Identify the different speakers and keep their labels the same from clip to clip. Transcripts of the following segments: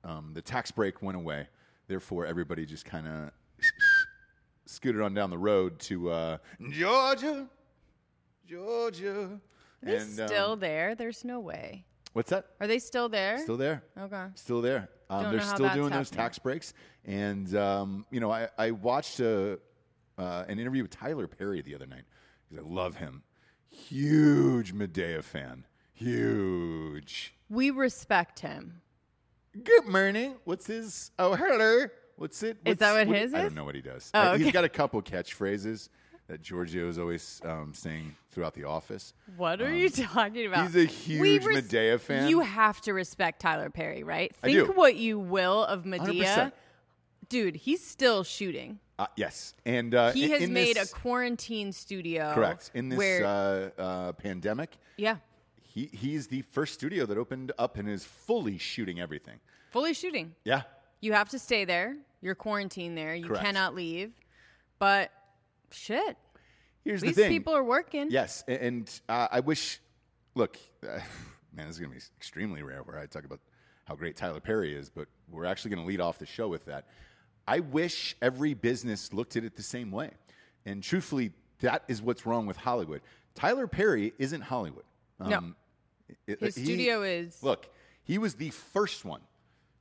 Speaker 1: Um, the tax break went away, therefore everybody just kind of scooted on down the road to uh, Georgia, Georgia.
Speaker 2: They're
Speaker 1: And, um,
Speaker 2: still there. There's no way.
Speaker 1: what's that?
Speaker 2: Are they still there?
Speaker 1: Still there.
Speaker 2: Okay.
Speaker 1: Still there. Um,
Speaker 2: Oh. Don't
Speaker 1: they're
Speaker 2: know how
Speaker 1: still
Speaker 2: that's
Speaker 1: doing those
Speaker 2: happening.
Speaker 1: tax breaks. And, um, you know, I, I watched a, uh, an interview with Tyler Perry the other night because I love him. Huge Medea fan. Huge.
Speaker 2: we respect him.
Speaker 1: Good morning. What's his? Oh, hello. What's it? What's,
Speaker 2: that what his
Speaker 1: I
Speaker 2: is? Oh,
Speaker 1: don't know what he does. Uh, He's
Speaker 2: okay.
Speaker 1: got a couple catchphrases that Giorgio's always um, saying throughout the office.
Speaker 2: What are you talking about?
Speaker 1: Um, he's a huge Madea fan.
Speaker 2: You have to respect Tyler Perry, right?
Speaker 1: I
Speaker 2: Think
Speaker 1: do.
Speaker 2: what you will of Medea.
Speaker 1: 100%.
Speaker 2: Dude, he's still shooting.
Speaker 1: Uh, yes. And uh,
Speaker 2: He
Speaker 1: in-
Speaker 2: has
Speaker 1: in
Speaker 2: made
Speaker 1: this-
Speaker 2: a quarantine studio.
Speaker 1: Correct. In this
Speaker 2: where,
Speaker 1: uh, uh, pandemic,
Speaker 2: yeah,
Speaker 1: he, he's the first studio that opened up and is fully shooting everything.
Speaker 2: fully shooting.
Speaker 1: Yeah.
Speaker 2: You have to stay there. You're quarantined there. You
Speaker 1: Correct.
Speaker 2: cannot leave. But shit,
Speaker 1: Here's
Speaker 2: these
Speaker 1: the thing.
Speaker 2: people are working.
Speaker 1: yes. a- And uh, I wish, look, uh, man, this is going to be extremely rare where I talk about how great Tyler Perry is, but we're actually going to lead off the show with that. I wish every business looked at it the same way. And truthfully, that is what's wrong with Hollywood. Tyler Perry isn't Hollywood. Um,
Speaker 2: No.
Speaker 1: It-
Speaker 2: His studio is-
Speaker 1: Look, he was the first one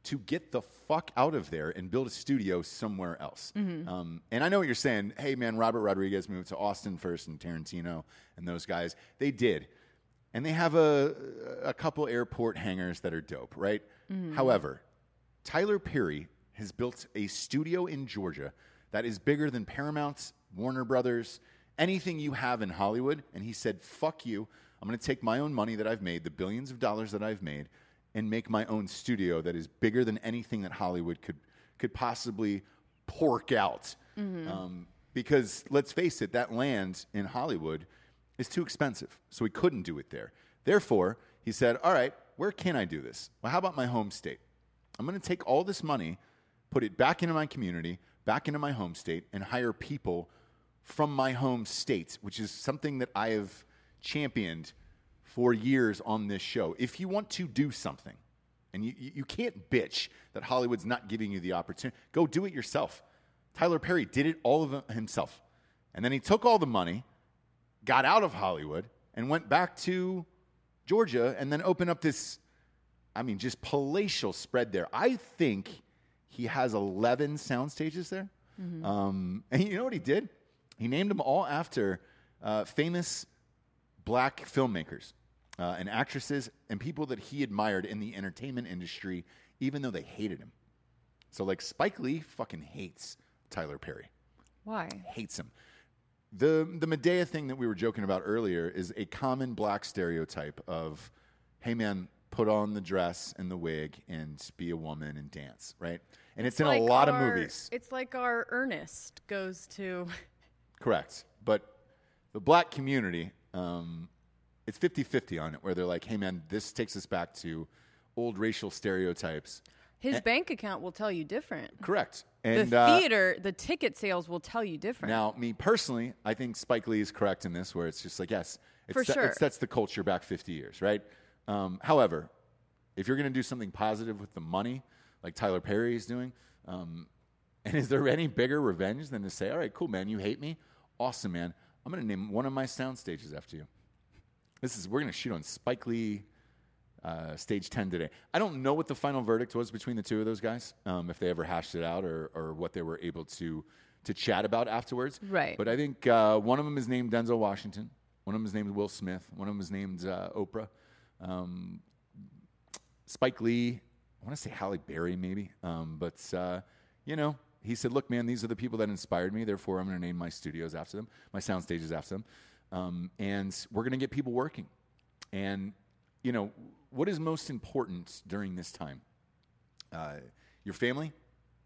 Speaker 1: to get the fuck out of there and build a studio somewhere else. Um, and I know what you're saying. Hey, man, Robert Rodriguez moved to Austin first, and Tarantino and those guys. They did, and they have a a couple airport hangars that are dope, right? However, Tyler Perry has built a studio in Georgia that is bigger than Paramount's, Warner Brothers, anything you have in Hollywood. And he said, fuck you. I'm going to take my own money that I've made, the billions of dollars that I've made, and make my own studio that is bigger than anything that Hollywood could, could possibly pork out. Um, because let's face it, that land in Hollywood is too expensive. So he couldn't do it there. Therefore, he said, all right, where can I do this? Well, how about my home state? I'm going to take all this money, put it back into my community, back into my home state, and hire people from my home state, which is something that I have championed for years on this show. If you want to do something, and you, you you can't bitch that Hollywood's not giving you the opportunity, go do it yourself. Tyler Perry did it all of himself. And then he took all the money got out of Hollywood and went back to Georgia and then opened up this, I mean, just palatial spread there. I think he has 11 sound stages there. Um, and you know what he did? He named them all after uh, famous black filmmakers uh, and actresses and people that he admired in the entertainment industry, even though they hated him. So, like, Spike Lee fucking hates Tyler Perry
Speaker 2: Why?
Speaker 1: hates him. The the Medea thing that we were joking about earlier is a common black stereotype of, hey man, put on the dress and the wig and be a woman and dance, right? And it's, in
Speaker 2: Like
Speaker 1: a lot of
Speaker 2: our-
Speaker 1: movies.
Speaker 2: It's like our Ernest goes to.
Speaker 1: Correct. But the black community, um, it's 50 50 on it, where they're like, hey man, this takes us back to old racial stereotypes.
Speaker 2: His bank account will tell you different.
Speaker 1: Correct. Eh. And
Speaker 2: the
Speaker 1: uh,
Speaker 2: theater, the ticket sales will tell you different.
Speaker 1: Now, me personally, I think Spike Lee is correct in this, where it's just like, yes, it,
Speaker 2: For
Speaker 1: set-
Speaker 2: sure.
Speaker 1: it sets the culture back 50 years, right? Um, however, if you're going to do something positive with the money, like Tyler Perry is doing, um, and is there any bigger revenge than to say, all right, cool, man, you hate me? Awesome, man. I'm going to name one of my sound stages after you. This is, we're going to shoot on Spike Lee uh, stage 10 today. I don't know what the final verdict was between the two of those guys, um, if they ever hashed it out or, or what they were able to, to chat about afterwards.
Speaker 2: Right.
Speaker 1: But I think uh, one of them is named Denzel Washington. One of them is named Will Smith. One of them is named uh, Oprah. Um, Spike Lee, I want to say Halle Berry, maybe. Um, but, uh, you know, he said, look, man, these are the people that inspired me. Therefore, I'm going to name my studios after them, my sound stages after them. Um, and we're going to get people working. And, you know, what is most important during this time? Uh, your family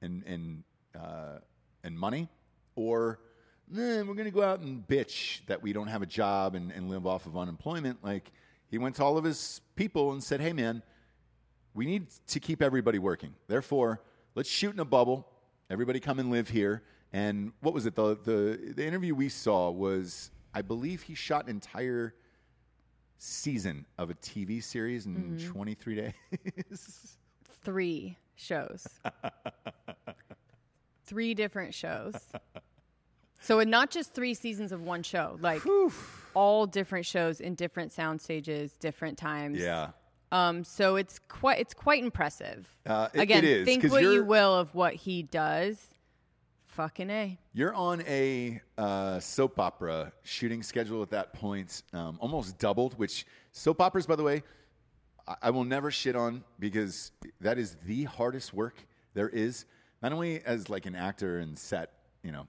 Speaker 1: and, and, uh, and money? Or, "Nah, we're going to go out and bitch that we don't have a job and, and live off of unemployment. Like, he went to all of his people and said, hey, man, we need to keep everybody working. Therefore, let's shoot in a bubble. Everybody come and live here. And what was it? The the, the interview we saw was, I believe he shot an entire season of a TV series in 23 days.
Speaker 2: Three shows. three different shows. So, and not just three seasons of one show, like all different shows in different sound stages, different times. Um, so it's quite it's quite impressive.
Speaker 1: Uh, it-
Speaker 2: Again,
Speaker 1: it is,
Speaker 2: think
Speaker 1: 'cause
Speaker 2: what you
Speaker 1: you're-
Speaker 2: will of what he does. Fucking a.
Speaker 1: You're on a uh, soap opera shooting schedule at that point, um, almost doubled, which soap operas, by the way, I, I will never shit on because that is the hardest work there is. Not only as like an actor and set, you know,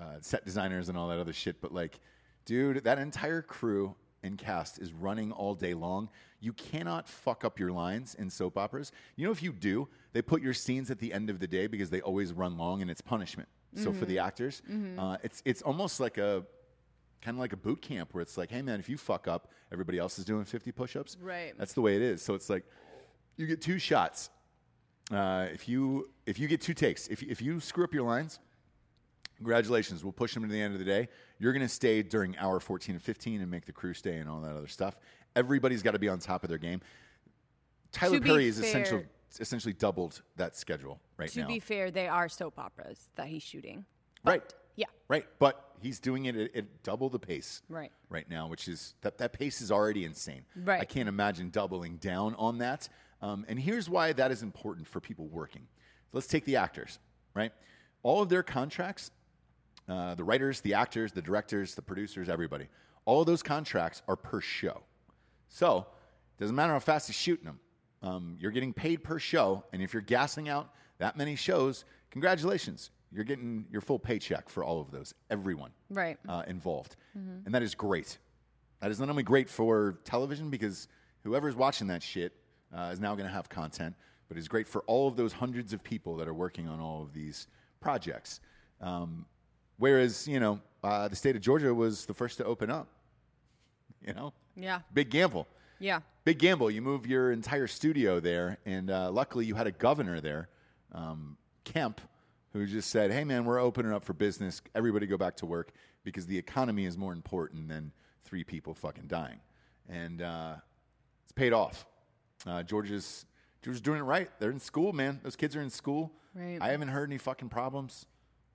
Speaker 1: uh, set designers and all that other shit, but like, dude, that entire crew and cast is running all day long. You cannot fuck up your lines in soap operas. You know, if you do, they put your scenes at the end of the day because they always run long and it's punishment. So for the actors, uh, it's it's almost like a kind of like a boot camp where it's like, hey man, if you fuck up, everybody else is doing 50 push-ups.
Speaker 2: Right.
Speaker 1: That's the way it is. So it's like you get two shots. Uh, if you if you get two takes, if if you screw up your lines, congratulations. We'll push them to the end of the day. You're going to stay during hour 14 and 15 and make the crew stay and all that other stuff. Everybody's got to be on top of their game. Tyler
Speaker 2: To be
Speaker 1: Perry is
Speaker 2: fair-
Speaker 1: essentially essentially doubled that schedule right
Speaker 2: To
Speaker 1: now.
Speaker 2: be fair, they are soap operas that he's shooting.
Speaker 1: right.
Speaker 2: Yeah.
Speaker 1: Right, but he's doing it at, at double the pace
Speaker 2: Right.
Speaker 1: right now, which is that that pace is already insane.
Speaker 2: Right.
Speaker 1: I can't imagine doubling down on that. Um, and here's why that is important for people working. Let's take the actors, right? All of their contracts, uh, the writers, the actors, the directors, the producers, everybody. All of those contracts are per show. So doesn't matter how fast you're shooting them. Um, you're getting paid per show, and if you're gassing out that many shows, congratulations, you're getting your full paycheck for all of those. Everyone
Speaker 2: Right.
Speaker 1: uh, involved, and that is great. That is not only great for television because whoever's watching that shit uh, is now going to have content, but it's great for all of those hundreds of people that are working on all of these projects. Um, whereas, you know, uh, the state of Georgia was the first to open up. You know,
Speaker 2: Yeah.
Speaker 1: big gamble.
Speaker 2: Yeah.
Speaker 1: Big gamble. You move your entire studio there, and uh, luckily you had a governor there, um, Kemp, who just said, "Hey, man, we're opening up for business. Everybody go back to work because the economy is more important than three people fucking dying." And uh, it's paid off. Uh, Georgia's Georgia's doing it right. They're in school, man. Those kids are in school.
Speaker 2: Right.
Speaker 1: I haven't heard any fucking problems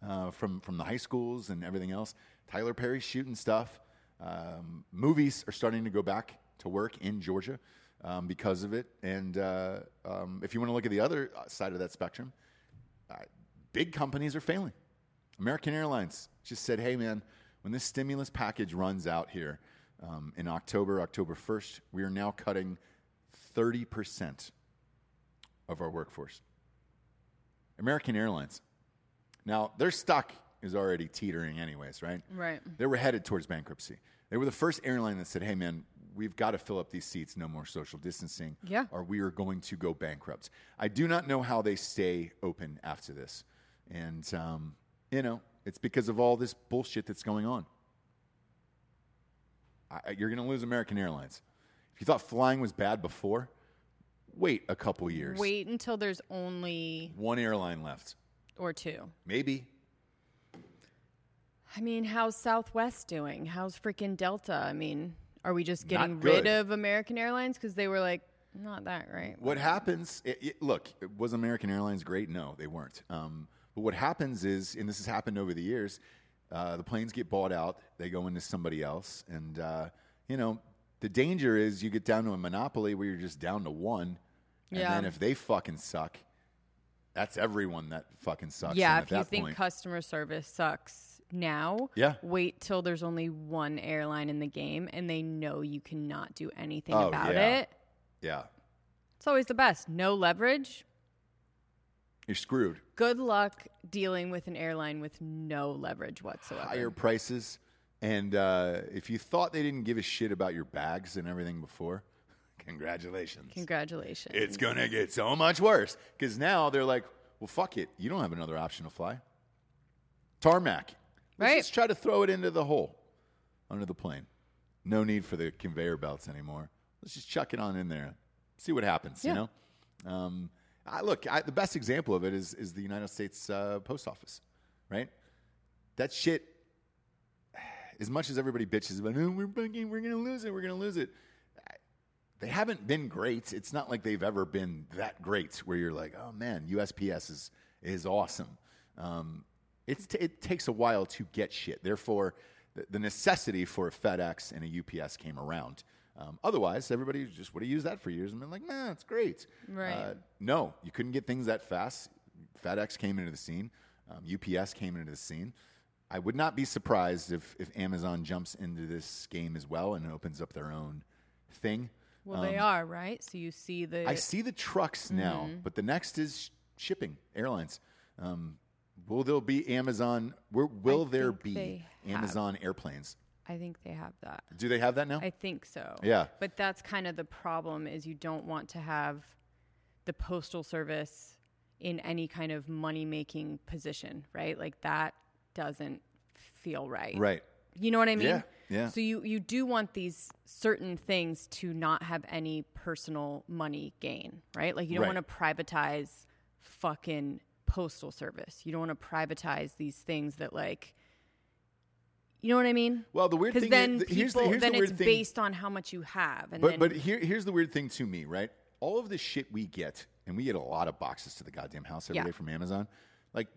Speaker 1: uh, from from the high schools and everything else. Tyler Perry's shooting stuff. Um, movies are starting to go back to work in Georgia um, because of it. And uh, um, if you want to look at the other side of that spectrum, uh, big companies are failing. American Airlines just said, hey, man, when this stimulus package runs out here um, in October, October 1st, we are now cutting 30% of our workforce. American Airlines. Now, their stock is already teetering, anyways, right?
Speaker 2: Right.
Speaker 1: They were headed towards bankruptcy. They were the first airline that said, hey, man, we've got to fill up these seats, no more social distancing,
Speaker 2: Yeah.
Speaker 1: or we are going to go bankrupt. I do not know how they stay open after this. And, um, you know, it's because of all this bullshit that's going on. I, I- you're going to lose American Airlines. If you thought flying was bad before, wait a couple years.
Speaker 2: Wait until there's only
Speaker 1: One airline left.
Speaker 2: or two.
Speaker 1: Maybe.
Speaker 2: I mean, how's Southwest doing? How's freaking Delta? I mean, are we just
Speaker 1: Not
Speaker 2: getting rid
Speaker 1: good.
Speaker 2: of American Airlines because they were like, not that right?
Speaker 1: What happens? It, it, look, was American Airlines great? No, they weren't. Um, but what happens is, and this has happened over the years, uh, the planes get bought out. They go into somebody else, and uh, you know the danger is you get down to a monopoly where you're just down to one, and
Speaker 2: Yeah.
Speaker 1: then if they fucking suck, that's everyone that fucking sucks.
Speaker 2: Yeah,
Speaker 1: then
Speaker 2: if
Speaker 1: at
Speaker 2: you
Speaker 1: that
Speaker 2: think
Speaker 1: point,
Speaker 2: customer service sucks now,
Speaker 1: Yeah.
Speaker 2: wait till there's only one airline in the game and they know you cannot do anything
Speaker 1: Oh,
Speaker 2: about
Speaker 1: yeah.
Speaker 2: it.
Speaker 1: yeah,
Speaker 2: It's always the best. No leverage.
Speaker 1: you're screwed.
Speaker 2: Good luck dealing with an airline with no leverage whatsoever.
Speaker 1: higher prices. And uh, if you thought they didn't give a shit about your bags and everything before, congratulations.
Speaker 2: Congratulations.
Speaker 1: It's going to get so much worse because now they're like, well, fuck it. You don't have another option to fly. Tarmac. Let's
Speaker 2: Right.
Speaker 1: just try to throw it into the hole under the plane. No need for the conveyor belts anymore. Let's just chuck it on in there. See what happens, you
Speaker 2: Yeah.
Speaker 1: know? Um, I, look, I, the best example of it is, is the United States uh, Post Office, right? That shit as much as everybody bitches about, oh, we're fucking, we're gonna lose it, we're gonna lose it. They haven't been great. It's not like they've ever been that great, where you're like, oh man, USPS is is awesome. Um, it's t- it takes a while to get shit. Therefore, the, the necessity for a FedEx and a UPS came around. Um, otherwise, everybody just would have used that for years and been like, nah, it's great. Uh,
Speaker 2: Right.
Speaker 1: no, you couldn't get things that fast. FedEx came into the scene. Um, UPS came into the scene. I would not be surprised if, if Amazon jumps into this game as well and opens up their own thing.
Speaker 2: well, Mm-hmm. they are, right? So you see the.
Speaker 1: Um, I see the trucks now, but the next is shipping, airlines. Um, will there be Amazon? Where, will there
Speaker 2: think
Speaker 1: be
Speaker 2: they have.
Speaker 1: Amazon airplanes?
Speaker 2: I think they have that.
Speaker 1: Do they have that now?
Speaker 2: I think so.
Speaker 1: Yeah.
Speaker 2: But that's kind of the problem is you don't want to have the postal service in any kind of money making position, right? Like that doesn't feel right.
Speaker 1: right.
Speaker 2: You know what I mean?
Speaker 1: Yeah, yeah.
Speaker 2: So you you do want these certain things to not have any personal money gain, right? Like you don't
Speaker 1: Right.
Speaker 2: want to privatize fucking postal service. You don't want to privatize these things that like you know what I mean?
Speaker 1: Well, the weird
Speaker 2: Because
Speaker 1: thing is- th-
Speaker 2: then people,
Speaker 1: here's the- here's the
Speaker 2: then
Speaker 1: weird
Speaker 2: it's
Speaker 1: thing.
Speaker 2: based on how much you have, and
Speaker 1: But
Speaker 2: then
Speaker 1: but here here's the weird thing to me, right? All of the shit we get, and we get a lot of boxes to the goddamn house every day
Speaker 2: Yeah.
Speaker 1: from Amazon, like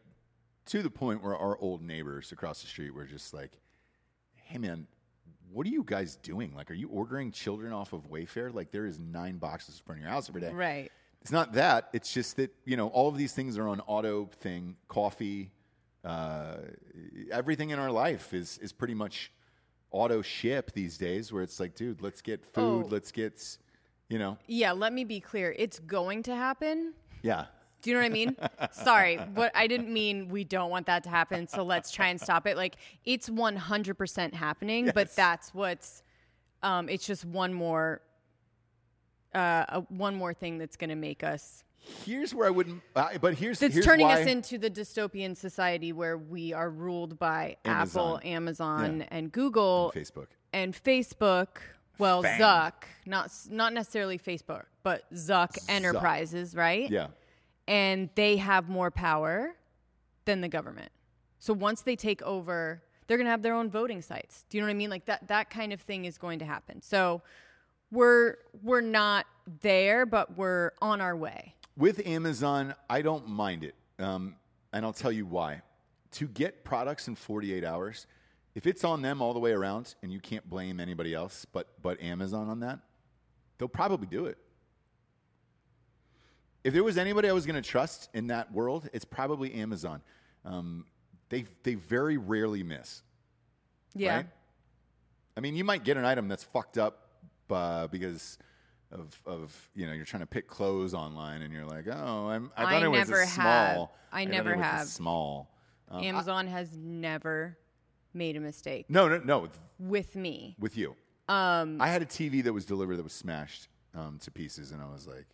Speaker 1: to the point where our old neighbors across the street were just like, "Hey, man." What are you guys doing? Like, are you ordering children off of Wayfair? Like, there is nine boxes in front of your house every day.
Speaker 2: right,
Speaker 1: It's not that. It's just that you know all of these things are on auto thing. Coffee, uh, everything in our life is is pretty much auto ship these days. Where it's like, dude, let's get food.
Speaker 2: Oh.
Speaker 1: Let's get, you know,
Speaker 2: yeah. Let me be clear: it's going to happen.
Speaker 1: yeah,
Speaker 2: Do you know what I mean? Sorry, but I didn't mean we don't want that to happen. So let's try and stop it. Like it's 100% happening, but that's what's. Um, it's just one more. Uh, a, one more thing that's going to make us.
Speaker 1: Here's where I wouldn't. I but here's
Speaker 2: That's
Speaker 1: here's
Speaker 2: turning
Speaker 1: why-
Speaker 2: us into the dystopian society where we are ruled by
Speaker 1: Amazon.
Speaker 2: Apple, Amazon,
Speaker 1: Yeah.
Speaker 2: and Google,
Speaker 1: Facebook.
Speaker 2: and Facebook, well,
Speaker 1: Fang.
Speaker 2: Zuck, not not necessarily Facebook, but Zuck, Enterprises, right?
Speaker 1: Yeah,
Speaker 2: And they have more power than the government. So once they take over, they're going to have their own voting sites. Do you know what I mean? Like that that kind of thing is going to happen. So we're we're not there, but we're on our way.
Speaker 1: with Amazon, I don't mind it, um, and I'll tell you why. To get products in 48 hours, if it's on them all the way around and you can't blame anybody else but but Amazon on that, they'll probably do it. If there was anybody I was going to trust in that world, it's probably Amazon. Um, they they very rarely miss.
Speaker 2: Yeah.
Speaker 1: Right? I mean, you might get an item that's fucked up uh, because of of you know you're trying to pick clothes online and you're like, oh, I'm, I
Speaker 2: I
Speaker 1: thought it was
Speaker 2: never
Speaker 1: a small.
Speaker 2: have. I
Speaker 1: thought
Speaker 2: never
Speaker 1: it was a
Speaker 2: have.
Speaker 1: small. Um,
Speaker 2: Amazon has never made a mistake
Speaker 1: no, no, no.
Speaker 2: with me.
Speaker 1: With you, um, I had a TV that was delivered that was smashed um, to pieces, and I was like,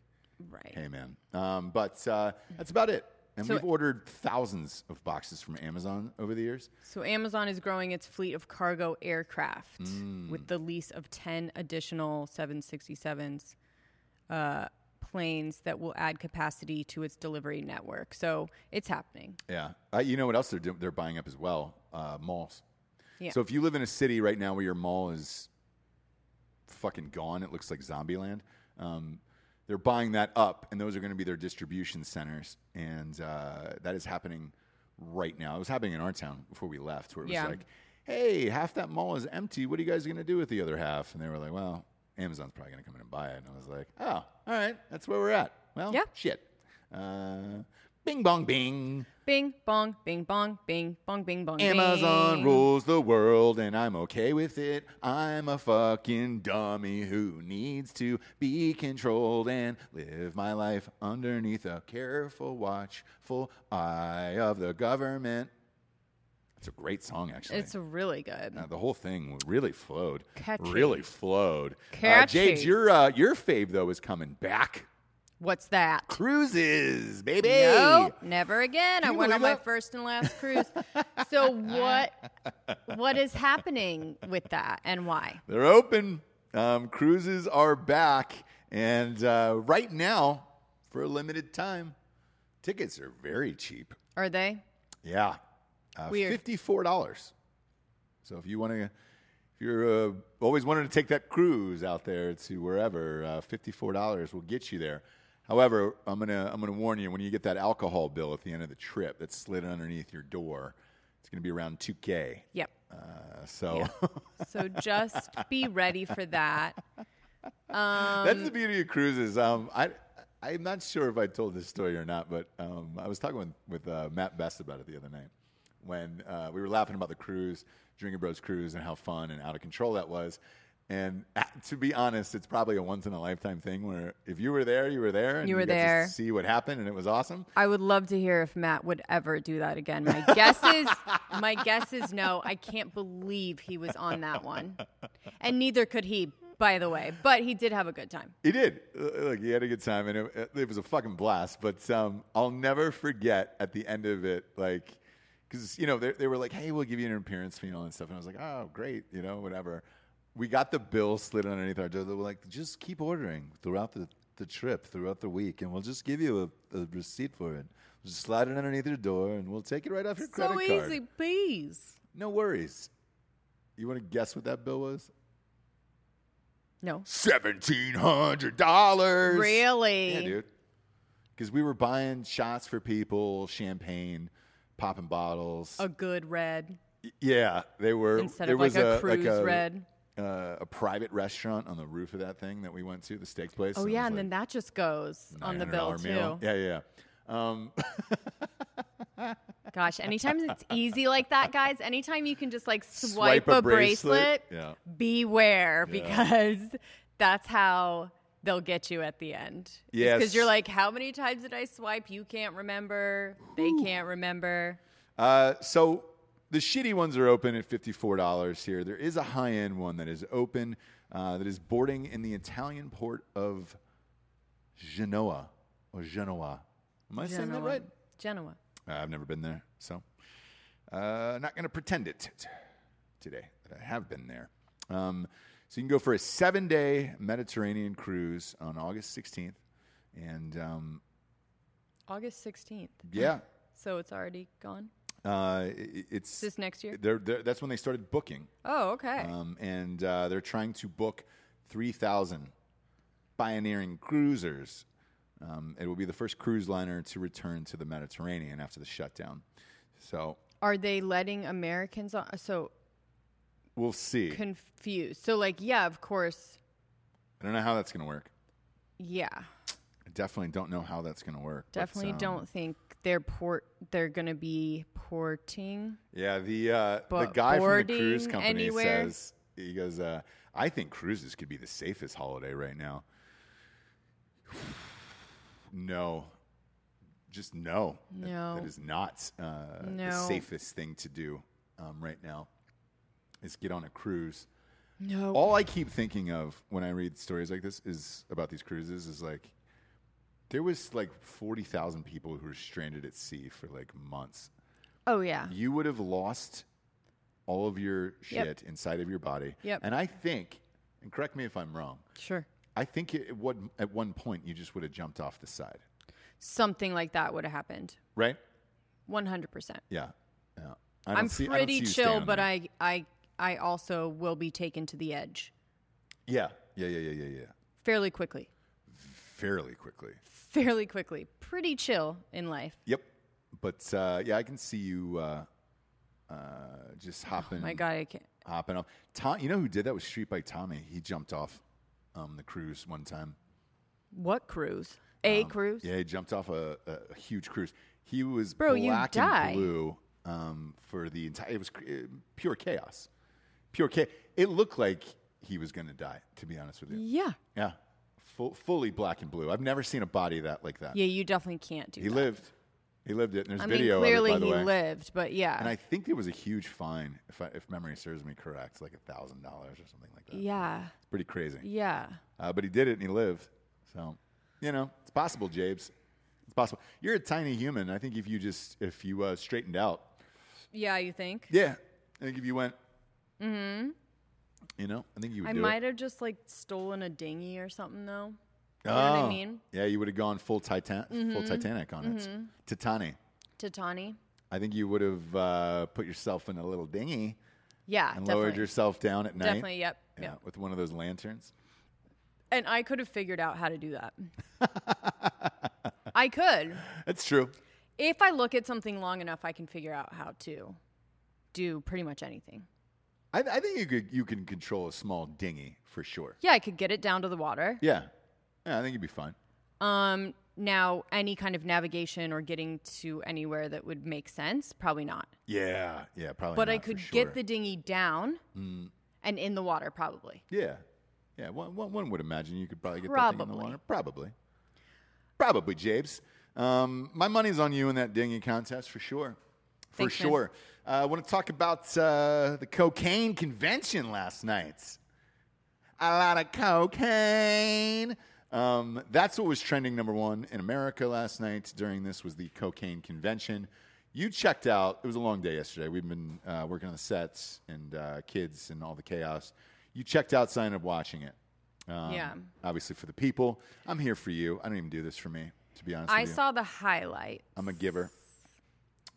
Speaker 2: Right.
Speaker 1: hey, man. Um, but uh, that's about it. And
Speaker 2: So-
Speaker 1: we've ordered thousands of boxes from Amazon over the years.
Speaker 2: So Amazon is growing its fleet of cargo aircraft
Speaker 1: Mm.
Speaker 2: with the lease of 10 additional 767s uh, planes that will add capacity to its delivery network. So it's happening.
Speaker 1: Yeah. Uh, you know what else they're doing? They're buying up as well uh, malls.
Speaker 2: Yeah.
Speaker 1: So if you live in a city right now where your mall is fucking gone, it looks like Zombieland. Um, they're buying that up, and those are going to be their distribution centers, and uh, that is happening right now. It was happening in our town before we left, where it was
Speaker 2: Yeah.
Speaker 1: like, "Hey, half that mall is empty. What are you guys going to do with the other half?" And they were like, "Well, Amazon's probably going to come in and buy it." And I was like, "Oh, all right, that's where we're at." Well,
Speaker 2: Yeah.
Speaker 1: shit. Uh, bing bong bing.
Speaker 2: Bing, bong, bing, bong, bing, bong, bing, bong.
Speaker 1: Amazon
Speaker 2: bing.
Speaker 1: rules the world and I'm okay with it. I'm a fucking dummy who needs to be controlled and live my life underneath a careful, watchful eye of the government. It's a great song, actually.
Speaker 2: It's really good.
Speaker 1: Uh, the whole thing really flowed.
Speaker 2: Catchy.
Speaker 1: Really flowed. Uh,
Speaker 2: Catchy.
Speaker 1: James, your, uh, your fave, though, is coming back.
Speaker 2: What's that?
Speaker 1: Cruises, baby.
Speaker 2: No, never again. I
Speaker 1: you
Speaker 2: went on
Speaker 1: believe
Speaker 2: my
Speaker 1: that?
Speaker 2: first and last cruise. so what what is happening with that and why?
Speaker 1: They're open. Um, cruises are back. And uh, right now, for a limited time, tickets are very cheap.
Speaker 2: Are they?
Speaker 1: Yeah. Uh,
Speaker 2: Weird.
Speaker 1: $54. So if you want to, if you're uh, always wanting to take that cruise out there to wherever, uh, $54 will get you there. However, I'm going to I'm gonna warn you when you get that alcohol bill at the end of the trip that's slid underneath your door, it's going to be around 2K.
Speaker 2: Yep.
Speaker 1: Uh, so.
Speaker 2: So just be ready for that. Um,
Speaker 1: That's the beauty of cruises. Um, I, I'm not sure if I told this story or not, but um, I was talking with, with uh, Matt Best about it the other night when uh, we were laughing about the cruise, Drinking Bros cruise, and how fun and out of control that was. And uh, to be honest, it's probably a once in a lifetime thing where if you were there, you were there, and
Speaker 2: You were
Speaker 1: got to
Speaker 2: there.
Speaker 1: see what happened, and it was awesome.
Speaker 2: I would love to hear if Matt would ever do that again. My guess is my guess is no. I can't believe he was on that one. And neither could he, by the way. But he did have a good time.
Speaker 1: He did. Uh, Look, he had a good time, and it, it was a fucking blast. But um, I'll never forget at the end of it, like, because you know they, they were like, "Hey, we'll give you an appearance fee and all that stuff," and I was like, "Oh, great," you know, whatever. We got the bill slid underneath our door. They were like, "Just keep ordering throughout the, the trip, throughout the week, and we'll just give you a, a receipt for it. Just slide it underneath your door, and we'll take it right off your
Speaker 2: So
Speaker 1: credit card.
Speaker 2: easy, please.
Speaker 1: No worries." You want to guess what that bill was?
Speaker 2: No.
Speaker 1: Seventeen hundred dollars.
Speaker 2: Really?
Speaker 1: Yeah, dude. Because we were buying shots for people, champagne, popping bottles.
Speaker 2: A good red.
Speaker 1: Y- yeah, they were.
Speaker 2: Instead
Speaker 1: there
Speaker 2: of like
Speaker 1: was
Speaker 2: a
Speaker 1: like
Speaker 2: cruise red.
Speaker 1: Uh, a private restaurant on the roof of that thing that we went to, the steak place.
Speaker 2: Oh
Speaker 1: it
Speaker 2: yeah,
Speaker 1: was
Speaker 2: and
Speaker 1: like
Speaker 2: then that just goes on the bill
Speaker 1: $900 meal.
Speaker 2: too.
Speaker 1: Yeah, yeah. yeah. Um,
Speaker 2: Gosh, anytime it's easy like that, guys. Anytime you can just like swipe,
Speaker 1: Swipe
Speaker 2: a,
Speaker 1: a
Speaker 2: bracelet,
Speaker 1: bracelet. Yeah.
Speaker 2: beware because that's how they'll get you at the end.
Speaker 1: Yes.
Speaker 2: because you're like, how many times did I swipe? You can't remember. They can't remember.
Speaker 1: Uh, so the shitty ones are open at $54 here. There is a high end one that is open uh, that is boarding in the Italian port of Genoa or Genoa. Am I saying that
Speaker 2: Genoa.
Speaker 1: right?
Speaker 2: Genoa.
Speaker 1: Uh, I've never been there, so uh, not going to pretend it t- today that I have been there. Um, so you can go for a seven-day Mediterranean cruise on August 16th, and um,
Speaker 2: August sixteenth.
Speaker 1: yeah,
Speaker 2: So it's already gone.
Speaker 1: uh, i- i- it's
Speaker 2: This next year?
Speaker 1: They're, they're, that's when they started booking,
Speaker 2: Oh, okay.
Speaker 1: um, and uh, they're trying to book 3,000 pioneering cruisers. Um, it will be the first cruise liner to return to the Mediterranean after the shutdown. So
Speaker 2: Are they letting Americans on? So
Speaker 1: We'll see.
Speaker 2: confused. So like, yeah, of course,
Speaker 1: I don't know how that's going to work.
Speaker 2: yeah.
Speaker 1: I definitely don't know how that's going to work. but,
Speaker 2: Definitely
Speaker 1: um,
Speaker 2: don't think they're port they're gonna be porting.
Speaker 1: Yeah, the uh, the
Speaker 2: But
Speaker 1: guy from the cruise
Speaker 2: boarding
Speaker 1: company
Speaker 2: anywhere?
Speaker 1: says he goes. Uh, I think cruises could be the safest holiday right now. no, just no. That-
Speaker 2: No.
Speaker 1: that is not uh, the
Speaker 2: No.
Speaker 1: safest thing to do um, right now. Is get on a cruise.
Speaker 2: No.
Speaker 1: All I keep thinking of when I read stories like this is about these cruises is like there was like forty thousand people who were stranded at sea for like months
Speaker 2: oh yeah.
Speaker 1: you would have lost all of your shit
Speaker 2: Yep.
Speaker 1: inside of your body.
Speaker 2: Yep.
Speaker 1: And I think, and correct me if I'm wrong,
Speaker 2: Sure.
Speaker 1: I think it, would, at one point you just would have jumped off the side,
Speaker 2: Something like that would have happened.
Speaker 1: right?
Speaker 2: One hundred percent.
Speaker 1: Yeah. yeah. I don't
Speaker 2: I'm
Speaker 1: see- I don't see
Speaker 2: pretty
Speaker 1: you
Speaker 2: chill,
Speaker 1: standing
Speaker 2: but
Speaker 1: there.
Speaker 2: I I I also will be taken to the edge
Speaker 1: Yeah. Yeah, yeah, yeah, yeah, yeah.
Speaker 2: fairly quickly.
Speaker 1: Fairly quickly.
Speaker 2: Fairly quickly. Pretty chill in life.
Speaker 1: Yep. But uh, yeah, I can see you uh, uh, just hopping.
Speaker 2: Oh My God, I can't.
Speaker 1: Hopping off. Tom, you know who did that was Street Bike Tommy. He jumped off um, the cruise one time.
Speaker 2: What cruise? A cruise?
Speaker 1: Um, Yeah, he jumped off a, a, a huge cruise. He was
Speaker 2: Bro, you
Speaker 1: black
Speaker 2: die.
Speaker 1: and blue um, for the entire. It was cr- uh, pure chaos, pure chaos. It looked like he was going to die. To be honest with you,
Speaker 2: Yeah.
Speaker 1: yeah, Full, fully black and blue. I've never seen a body that like that.
Speaker 2: Yeah, you definitely can't do
Speaker 1: he
Speaker 2: that.
Speaker 1: lived. He lived it. And there's
Speaker 2: I mean,
Speaker 1: video
Speaker 2: clearly
Speaker 1: of it, by the
Speaker 2: he
Speaker 1: way.
Speaker 2: lived, but yeah.
Speaker 1: And I think there was a huge fine, if I, if memory serves me correct, like a thousand dollars or something like that.
Speaker 2: yeah.
Speaker 1: It's pretty crazy.
Speaker 2: Yeah.
Speaker 1: Uh, but he did it and he lived. So, you know, it's possible, Jabes. It's possible. You're a tiny human. I think if you just, if you uh, straightened out,
Speaker 2: Yeah, you think?
Speaker 1: yeah, I think if you went, you know, I think you would
Speaker 2: Mm-hmm. I
Speaker 1: do
Speaker 2: might
Speaker 1: it.
Speaker 2: have just like stolen a dinghy or something though. You know what I
Speaker 1: Oh.
Speaker 2: mean? Mm-hmm.
Speaker 1: Yeah, you would have gone full, titan- full Titanic on it. Titanic.
Speaker 2: Titani.
Speaker 1: I think you would have uh, put yourself in a little dinghy
Speaker 2: Yeah,
Speaker 1: and
Speaker 2: definitely.
Speaker 1: lowered yourself down at night.
Speaker 2: Definitely, yep.
Speaker 1: Yeah,
Speaker 2: Yep.
Speaker 1: with one of those lanterns.
Speaker 2: And I could have figured out how to do that. I could.
Speaker 1: That's true.
Speaker 2: If I look at something long enough, I can figure out how to do pretty much anything.
Speaker 1: I, I think you could you can control a small dinghy for sure.
Speaker 2: Yeah, I could get it down to the water.
Speaker 1: Yeah, yeah, I think you'd be fine.
Speaker 2: Um, now any kind of navigation or getting to anywhere that would make sense, probably not.
Speaker 1: Yeah, yeah, probably.
Speaker 2: But I
Speaker 1: not, for
Speaker 2: could
Speaker 1: sure. Mm.
Speaker 2: get the dinghy down and in the water, probably.
Speaker 1: Yeah, yeah. One, one, one would imagine you could probably get that thing in the
Speaker 2: Probably.
Speaker 1: water. Probably, probably, Jabes. Um, my money's on you in that dinghy contest for sure, for
Speaker 2: Thanks, man.
Speaker 1: sure. Uh, I want to talk about uh, the cocaine convention last night. A lot of cocaine. Um, that's what was trending number one in America last night. During this was the cocaine convention. You checked out. It was a long day yesterday. We've been uh, working on the sets and uh, kids and all the chaos. You checked out, sign up, watching it. Um,
Speaker 2: Yeah.
Speaker 1: Obviously for the people. I'm here for you. I don't even do this for me, to be honest
Speaker 2: I
Speaker 1: with you.
Speaker 2: saw the highlight.
Speaker 1: I'm a giver.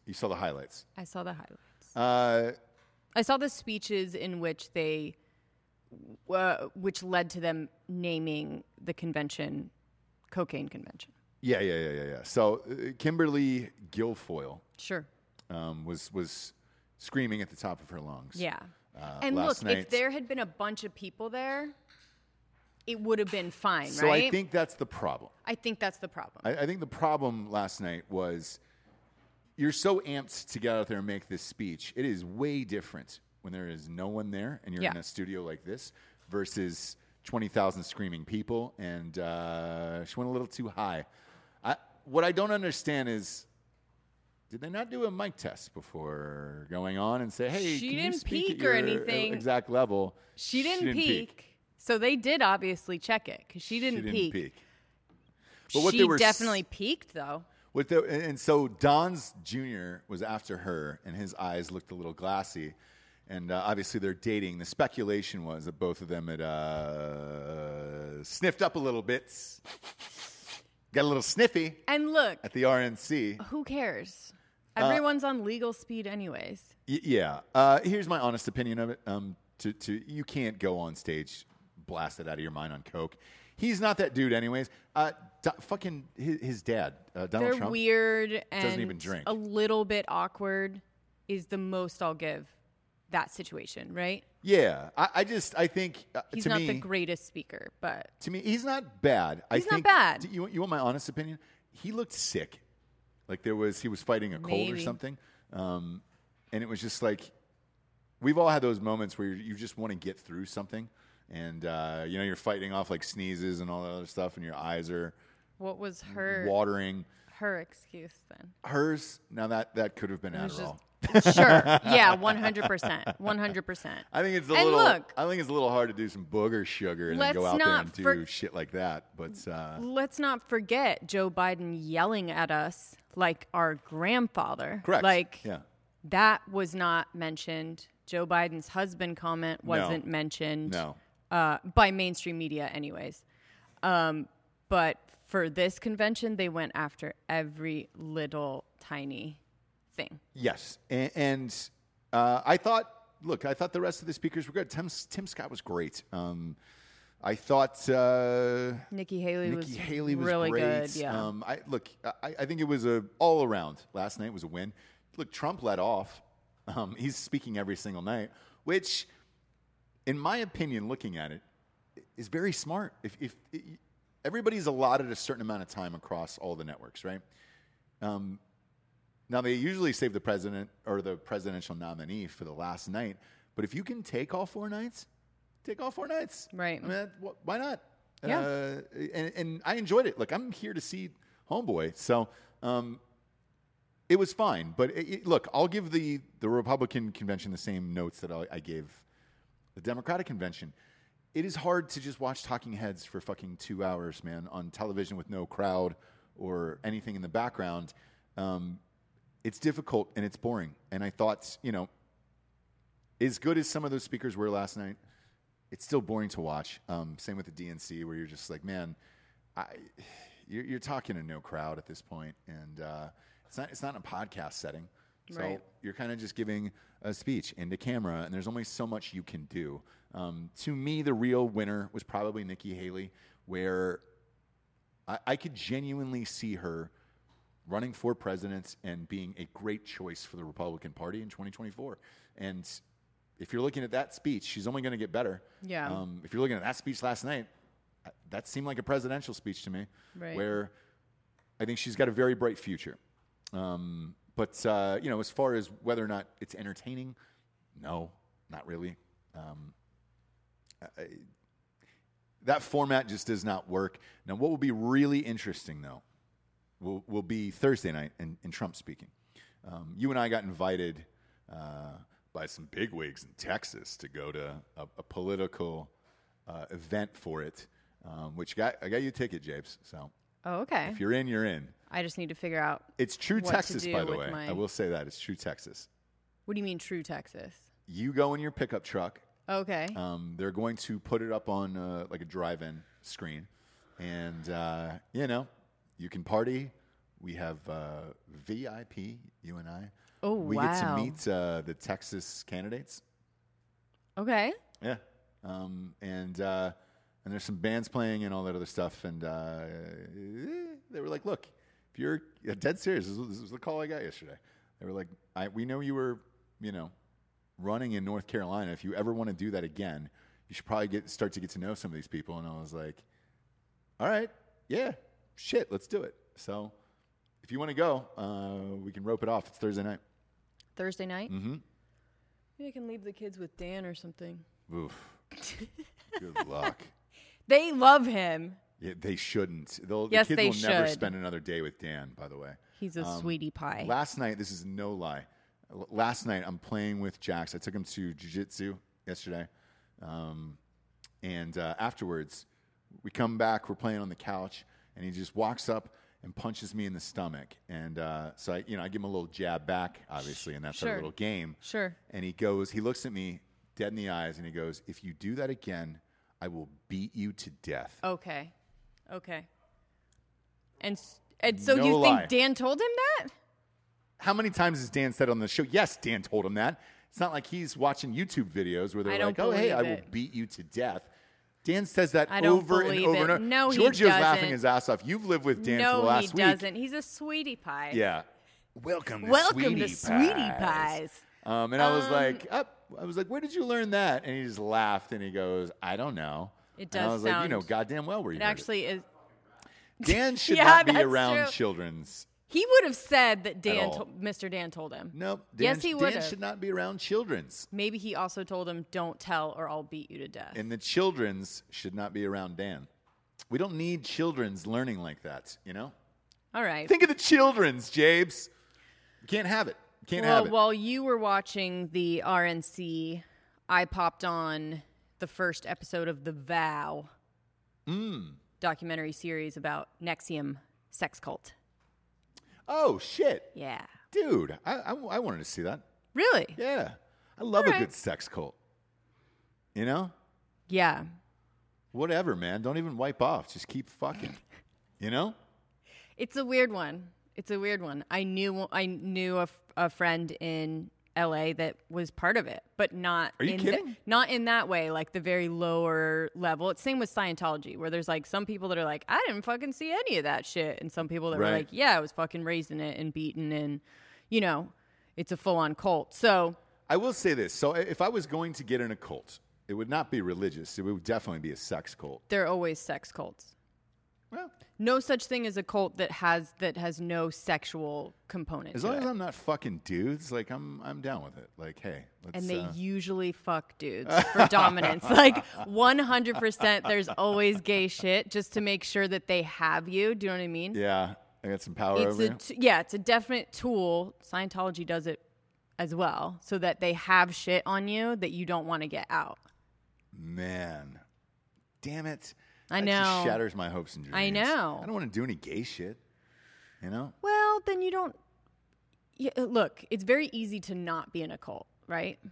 Speaker 1: You saw the highlights.
Speaker 2: I saw the highlights.
Speaker 1: Uh,
Speaker 2: I saw the speeches in which they, uh, which led to them naming the convention, cocaine convention.
Speaker 1: yeah, yeah, yeah, yeah, yeah. So uh, Kimberly Guilfoyle
Speaker 2: Sure.
Speaker 1: um, was was screaming at the top of her lungs.
Speaker 2: Yeah.
Speaker 1: Uh,
Speaker 2: and
Speaker 1: last
Speaker 2: look,
Speaker 1: night.
Speaker 2: if there had been a bunch of people there, it would have been fine,
Speaker 1: So
Speaker 2: right?
Speaker 1: I think that's the problem.
Speaker 2: I think that's the problem.
Speaker 1: I, I think the problem last night was you're so amped to get out there and make this speech. It is way different when there is no one there and you're
Speaker 2: Yeah.
Speaker 1: in a studio like this versus 20,000 screaming people. And uh, she went a little too high. I, what I don't understand is did they not do a mic test before going on and say, hey,
Speaker 2: She
Speaker 1: can you
Speaker 2: didn't
Speaker 1: speak at
Speaker 2: peak or
Speaker 1: your
Speaker 2: anything.
Speaker 1: Exact level.
Speaker 2: she didn't, peek, so they did obviously check it because she didn't,
Speaker 1: She didn't
Speaker 2: peek.
Speaker 1: peak. But what
Speaker 2: she
Speaker 1: they were s-
Speaker 2: definitely peeked though.
Speaker 1: With the, and and so Don's Jr. was after her, and his eyes looked a little glassy. And uh, obviously, they're dating. The speculation was that both of them had uh, sniffed up a little bit, got a little sniffy
Speaker 2: And look,
Speaker 1: at Uh, the RNC.
Speaker 2: who cares? Everyone's on legal speed, anyways.
Speaker 1: Y- yeah. Uh, here's my honest opinion of it. Um, to, to you can't go on stage blasted out of your mind on coke. He's not that dude, anyways. Uh, Do- fucking his, his dad, uh, Donald
Speaker 2: They're
Speaker 1: Trump.
Speaker 2: weird and
Speaker 1: even drink.
Speaker 2: a little bit awkward is the most I'll give that situation, right?
Speaker 1: Yeah, I, I just I think uh,
Speaker 2: He's
Speaker 1: to
Speaker 2: not
Speaker 1: me
Speaker 2: the greatest speaker, but
Speaker 1: to me he's not bad. I
Speaker 2: He's not
Speaker 1: think,
Speaker 2: bad.
Speaker 1: do You, you want my honest opinion? He looked sick, like there was he was fighting a cold or
Speaker 2: Maybe.
Speaker 1: something, um, and it was just like we've all had those moments where you just want to get through something, and uh, you know you're fighting off like sneezes and all that other stuff, and your eyes are
Speaker 2: what was her
Speaker 1: watering.
Speaker 2: her excuse then?
Speaker 1: Hers now that that could have been
Speaker 2: It was
Speaker 1: Adderall.
Speaker 2: just- sure. Yeah, 100%. 100%.
Speaker 1: I think it's a
Speaker 2: And
Speaker 1: little.
Speaker 2: look-
Speaker 1: I think it's a little hard to do some booger sugar and then
Speaker 2: Let's
Speaker 1: go out there
Speaker 2: not
Speaker 1: and do
Speaker 2: for-
Speaker 1: shit like that. But uh,
Speaker 2: Let's not forget Joe Biden yelling at us like our grandfather.
Speaker 1: correct.
Speaker 2: Like
Speaker 1: yeah.
Speaker 2: that was not mentioned. Joe Biden's husband comment wasn't mentioned.
Speaker 1: No.
Speaker 2: Uh, by mainstream media, anyways. Um, but for this convention, they went after every little tiny thing.
Speaker 1: Yes, and, and uh, I thought, look, I thought the rest of the speakers were good. Tim Tim Scott was great. Um, I thought uh,
Speaker 2: Nikki Haley
Speaker 1: Nikki
Speaker 2: was
Speaker 1: Haley was
Speaker 2: really
Speaker 1: great.
Speaker 2: good. Yeah.
Speaker 1: Um, I look, I, I think it was a all around last night was a win. Look, Trump let off. Um, he's speaking every single night, which, in my opinion, looking at it, is very smart. If, if everybody's allotted a certain amount of time across all the networks, right? Um, Now they usually save the president or the presidential nominee for the last night, but if you can take all four nights, take all four nights.
Speaker 2: Right.
Speaker 1: I mean, that- wh- why not?
Speaker 2: Yeah.
Speaker 1: Uh, and and I enjoyed it. Look, I'm here to see Homeboy, so um, it was fine. But it, it- look, I'll give the the Republican convention the same notes that I, I gave the Democratic convention. It is hard to just watch talking heads for fucking two hours, man, on television with no crowd or anything in the background. Um, it's difficult and it's boring. And I thought, you know, as good as some of those speakers were last night, it's still boring to watch. Um, same with the DNC, where you're just like, man, I, you're, you're talking to no crowd at this point, and uh, it's not it's not in a podcast setting, so
Speaker 2: Right.
Speaker 1: you're kind of just giving a speech into camera, and there's only so much you can do. Um, to me, the real winner was probably Nikki Haley, where I, I could genuinely see her running for president and being a great choice for the Republican Party in 2024. And if you're looking at that speech, she's only going to get better.
Speaker 2: Yeah.
Speaker 1: Um, if you're looking at that speech last night, I- that seemed like a presidential speech to me,
Speaker 2: Right.
Speaker 1: where I think she's got a very bright future. Um, but uh, you know, as far as whether or not it's entertaining, no, not really. Um, I- I- that format just does not work. Now, what will be really interesting though will will be Thursday night and, and Trump speaking. Um, you and I got invited uh, by some bigwigs in Texas to go to a, a political uh, event for it, um, which got I got you a ticket, Japes. So
Speaker 2: oh, okay.
Speaker 1: if you're in, you're in.
Speaker 2: I just need to figure out
Speaker 1: It's true
Speaker 2: What to
Speaker 1: Texas,
Speaker 2: do
Speaker 1: by the
Speaker 2: with
Speaker 1: way.
Speaker 2: my-
Speaker 1: I will say that it's true Texas.
Speaker 2: what do you mean true Texas?
Speaker 1: You go in your pickup truck.
Speaker 2: Okay.
Speaker 1: Um, they're going to put it up on uh, like a drive-in screen, and uh, you know you can party. We have uh, VIP. You and I.
Speaker 2: Oh,
Speaker 1: we get to
Speaker 2: wow.
Speaker 1: meet uh, the Texas candidates.
Speaker 2: okay.
Speaker 1: Yeah. Um, and uh, and there's some bands playing and all that other stuff. And uh, eh, they were like, "Look, if you're yeah, dead serious, this was, this was the call I got yesterday." They were like, I, "We know you were, you know, running in North Carolina. If you ever want to do that again, you should probably get start to get to know some of these people." And I was like, "All right, yeah, shit, let's do it." So. If you want to go, uh, we can rope it off. It's Thursday night.
Speaker 2: Thursday night? Mm-hmm. Maybe I can leave the kids with Dan or something.
Speaker 1: Oof. Good luck.
Speaker 2: They love him.
Speaker 1: Yeah, they shouldn't. They'll,
Speaker 2: Yes,
Speaker 1: the kids
Speaker 2: they
Speaker 1: will never
Speaker 2: should.
Speaker 1: spend another day with Dan. By the way,
Speaker 2: He's
Speaker 1: Um,
Speaker 2: a sweetie pie.
Speaker 1: last night this is no lie. L- Last night I'm playing with Jax. I took him to jujitsu yesterday, um, and uh, afterwards we come back. We're playing on the couch, and he just walks up and punches me in the stomach. And uh, so I, you know, I give him a little jab back, obviously, and that's our
Speaker 2: Sure.
Speaker 1: little game.
Speaker 2: Sure.
Speaker 1: And he goes, he looks at me dead in the eyes, and he goes, "If you do that again, I will beat you to death."
Speaker 2: Okay. Okay. And s- and so
Speaker 1: No
Speaker 2: you
Speaker 1: lie.
Speaker 2: think Dan told him that?
Speaker 1: How many times has Dan said on the show? Yes, Dan told him that. It's not like he's watching YouTube videos where
Speaker 2: I
Speaker 1: they're
Speaker 2: don't
Speaker 1: like, "Oh, hey,
Speaker 2: believe
Speaker 1: I will
Speaker 2: it.
Speaker 1: beat you to death." Dan says that
Speaker 2: I don't
Speaker 1: over and
Speaker 2: believe
Speaker 1: over
Speaker 2: it.
Speaker 1: and over.
Speaker 2: No, he
Speaker 1: Giorgio's laughing
Speaker 2: doesn't.
Speaker 1: his ass off. You've lived with Dan for
Speaker 2: no,
Speaker 1: the last
Speaker 2: he
Speaker 1: week.
Speaker 2: doesn't. He's a sweetie pie.
Speaker 1: Yeah. Welcome.
Speaker 2: Welcome to Sweetie Pies.
Speaker 1: Um, and I was like, "Up, I was like, where did you learn that? And he just laughed and he goes, I don't know.
Speaker 2: It
Speaker 1: And I
Speaker 2: does
Speaker 1: was like, you know,
Speaker 2: sound-
Speaker 1: goddamn well where you
Speaker 2: It
Speaker 1: heard it."
Speaker 2: actually is.
Speaker 1: Dan should
Speaker 2: Yeah,
Speaker 1: not be
Speaker 2: that's
Speaker 1: around
Speaker 2: true.
Speaker 1: children's.
Speaker 2: He would have said that Dan,
Speaker 1: all.
Speaker 2: to- Mr. Dan, told him.
Speaker 1: Nope. Dan,
Speaker 2: Yes, he
Speaker 1: Dan
Speaker 2: would've.
Speaker 1: should not be around children's.
Speaker 2: Maybe he also told him, "Don't tell, or I'll beat you to death."
Speaker 1: And the children's should not be around Dan. We don't need children's learning like that, you know?
Speaker 2: All right.
Speaker 1: Think of the children's, Jabes. You can't have it. You can't
Speaker 2: well,
Speaker 1: have it.
Speaker 2: while you were watching the RNC, I popped on the first episode of The Vow
Speaker 1: Mm.
Speaker 2: documentary series about Nexium sex cult.
Speaker 1: oh, shit.
Speaker 2: Yeah.
Speaker 1: Dude, I, I, I wanted to see that.
Speaker 2: Really?
Speaker 1: Yeah. I love a
Speaker 2: right.
Speaker 1: good sex cult. You know?
Speaker 2: Yeah.
Speaker 1: Whatever, man. Don't even wipe off. Just keep fucking. You know?
Speaker 2: It's a weird one. It's a weird one. I knew I knew a, f- a friend in LA that was part of it, but not
Speaker 1: Are you
Speaker 2: in
Speaker 1: kidding?
Speaker 2: The, not in that way, like the very lower level. It's same with Scientology where there's like some people that are like, I didn't fucking see any of that shit and some people that
Speaker 1: Right.
Speaker 2: were like, yeah, I was fucking raised in it and beaten and you know, it's a full-on cult. So,
Speaker 1: I will say this. So, i- if I was going to get in a cult, it would not be religious. It would definitely be a sex cult.
Speaker 2: they're always sex cults.
Speaker 1: Well,
Speaker 2: No such thing as a cult that has that has no sexual component.
Speaker 1: as
Speaker 2: to
Speaker 1: long
Speaker 2: it.
Speaker 1: as I'm not fucking dudes, like I'm, I'm down with it. Like, hey, let's.
Speaker 2: and they
Speaker 1: uh,
Speaker 2: usually fuck dudes for dominance. Like 100%, there's always gay shit just to make sure that they have you. Do you know what I mean?
Speaker 1: yeah, I got some power
Speaker 2: It's
Speaker 1: over
Speaker 2: a
Speaker 1: you.
Speaker 2: t- yeah, it's a definite tool. Scientology does it as well, so that they have shit on you that you don't want to get out.
Speaker 1: Man, damn it!
Speaker 2: I
Speaker 1: That just
Speaker 2: know.
Speaker 1: shatters my hopes and dreams.
Speaker 2: I know.
Speaker 1: I don't want to do any gay shit. You know?
Speaker 2: Well, then you don't. Yeah, look, it's very easy to not be in a cult, right?
Speaker 1: Mm.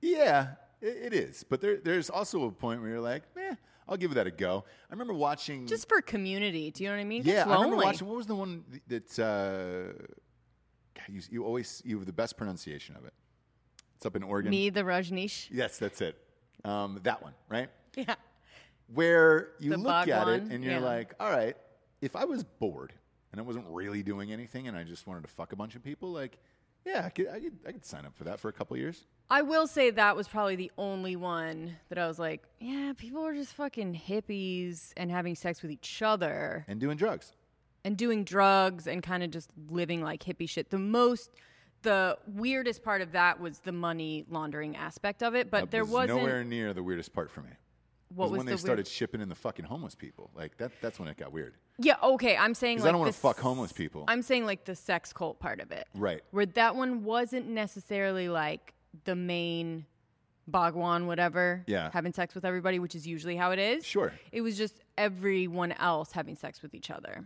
Speaker 1: Yeah, i it is. But there, there's also a point where you're like, eh, I'll give that a go. I remember watching.
Speaker 2: Just for community. Do you know what I mean?
Speaker 1: yeah,
Speaker 2: It's
Speaker 1: I remember
Speaker 2: lonely.
Speaker 1: watching. What was the one th- that? Uh, God, you, you always you have the best pronunciation of it. It's up in Oregon.
Speaker 2: Me, the Rajneesh.
Speaker 1: Yes, that's it. Um, that one, right?
Speaker 2: Yeah.
Speaker 1: Where you
Speaker 2: The
Speaker 1: look at
Speaker 2: Bhagwan,
Speaker 1: it and you're
Speaker 2: yeah.
Speaker 1: like, all right, if I was bored and I wasn't really doing anything and I just wanted to fuck a bunch of people, like, yeah, I could, I could, I could sign up for that for a couple years.
Speaker 2: I will say that was probably the only one that I was like, yeah, people are just fucking hippies and having sex with each other
Speaker 1: And doing drugs.
Speaker 2: and doing drugs and kind of just living like hippie shit. The most, the weirdest part of that was the money laundering aspect of it, but
Speaker 1: That
Speaker 2: there wasn't.
Speaker 1: nowhere near the weirdest part for me. was,
Speaker 2: what was
Speaker 1: when
Speaker 2: the
Speaker 1: they
Speaker 2: weird-
Speaker 1: started shipping in the fucking homeless people. Like that. That's when it got weird.
Speaker 2: Yeah, okay. I'm saying
Speaker 1: 'Cause
Speaker 2: like
Speaker 1: I don't wanna
Speaker 2: the
Speaker 1: fuck
Speaker 2: s-
Speaker 1: homeless people.
Speaker 2: I'm saying like the sex cult part of it,
Speaker 1: Right.
Speaker 2: Where that one wasn't necessarily like the main Bhagwan, whatever.
Speaker 1: Yeah.
Speaker 2: having sex with everybody, which is usually how it is.
Speaker 1: Sure.
Speaker 2: It was just everyone else having sex with each other.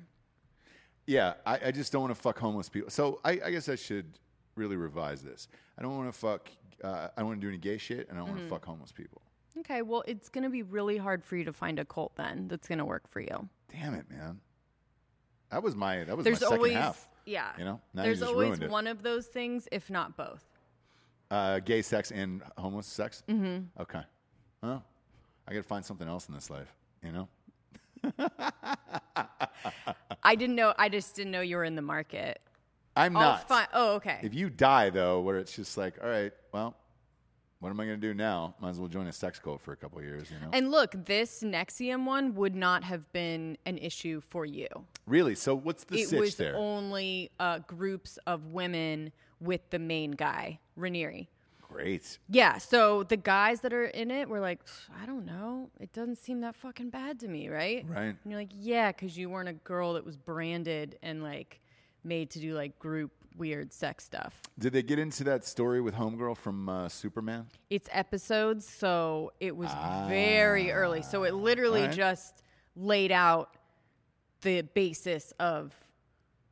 Speaker 1: Yeah, I, I just don't want to fuck homeless people. So I, I guess I should really revise this. I don't want to fuck. Uh, I don't want to do any gay shit, and I don't
Speaker 2: Mm-hmm.
Speaker 1: want to fuck homeless people.
Speaker 2: Okay, well, it's gonna be really hard for you to find a cult then that's gonna work for you.
Speaker 1: Damn it, man. That was my that was
Speaker 2: There's
Speaker 1: my second
Speaker 2: always
Speaker 1: half.
Speaker 2: yeah.
Speaker 1: You know? Now you
Speaker 2: there's
Speaker 1: just
Speaker 2: always
Speaker 1: ruined it.
Speaker 2: one of those things, if not both.
Speaker 1: Uh, gay sex and homeless sex. Mm-hmm. Okay. Well, I gotta find something else in this life. You know? Uh.
Speaker 2: I didn't know. I just didn't know you were in the market.
Speaker 1: I'm
Speaker 2: I'll
Speaker 1: not.
Speaker 2: fi- oh, okay.
Speaker 1: If you die though, where it's just like, all right, well, what am I gonna do now? Might as well join a sex cult for a couple of years. You know?
Speaker 2: And look, this Nexium one would not have been an issue for you.
Speaker 1: really? So what's the
Speaker 2: it
Speaker 1: sitch
Speaker 2: was
Speaker 1: there?
Speaker 2: only uh, groups of women with the main guy, Ranieri.
Speaker 1: Great.
Speaker 2: Yeah, so the guys that are in it were like, I don't know. It doesn't seem that fucking bad to me, right?
Speaker 1: Right.
Speaker 2: And you're like, yeah, because you weren't a girl that was branded and like made to do like group weird sex stuff.
Speaker 1: Did they get into that story with Homegirl from uh, Superman?
Speaker 2: it's episodes, so it was very early. So it literally
Speaker 1: Alright.
Speaker 2: just laid out the basis of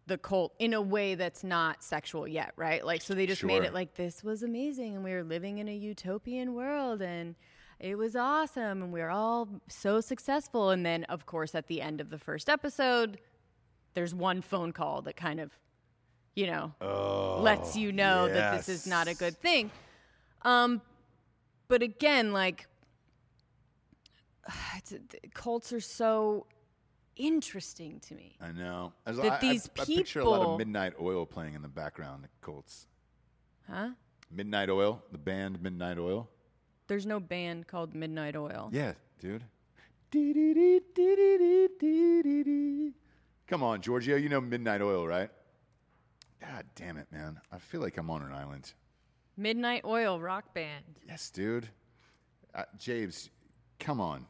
Speaker 2: the cult in a way that's not sexual yet, right? Like, so they just made
Speaker 1: Sure.
Speaker 2: it like this was amazing, and we were living in a utopian world, and it was awesome, and we were all so successful. And then, of course, at the end of the first episode, there's one phone call that kind of, you know,
Speaker 1: Oh,
Speaker 2: lets you know that this is not a good thing. Um, but again, like it's, cults are so interesting to me.
Speaker 1: I know. As
Speaker 2: That
Speaker 1: I,
Speaker 2: these
Speaker 1: I, I picture a lot of
Speaker 2: people-
Speaker 1: midnight oil playing in the background. Colts.
Speaker 2: Huh?
Speaker 1: Midnight Oil, the band Midnight Oil.
Speaker 2: There's no band called Midnight Oil.
Speaker 1: Yeah, dude. Dee-dee-dee-dee-dee-dee-dee-dee. Come on, Giorgio. You know Midnight Oil, right? God damn it, man. I feel like I'm on an island.
Speaker 2: Midnight Oil rock band.
Speaker 1: Yes, dude. Uh, James, come on.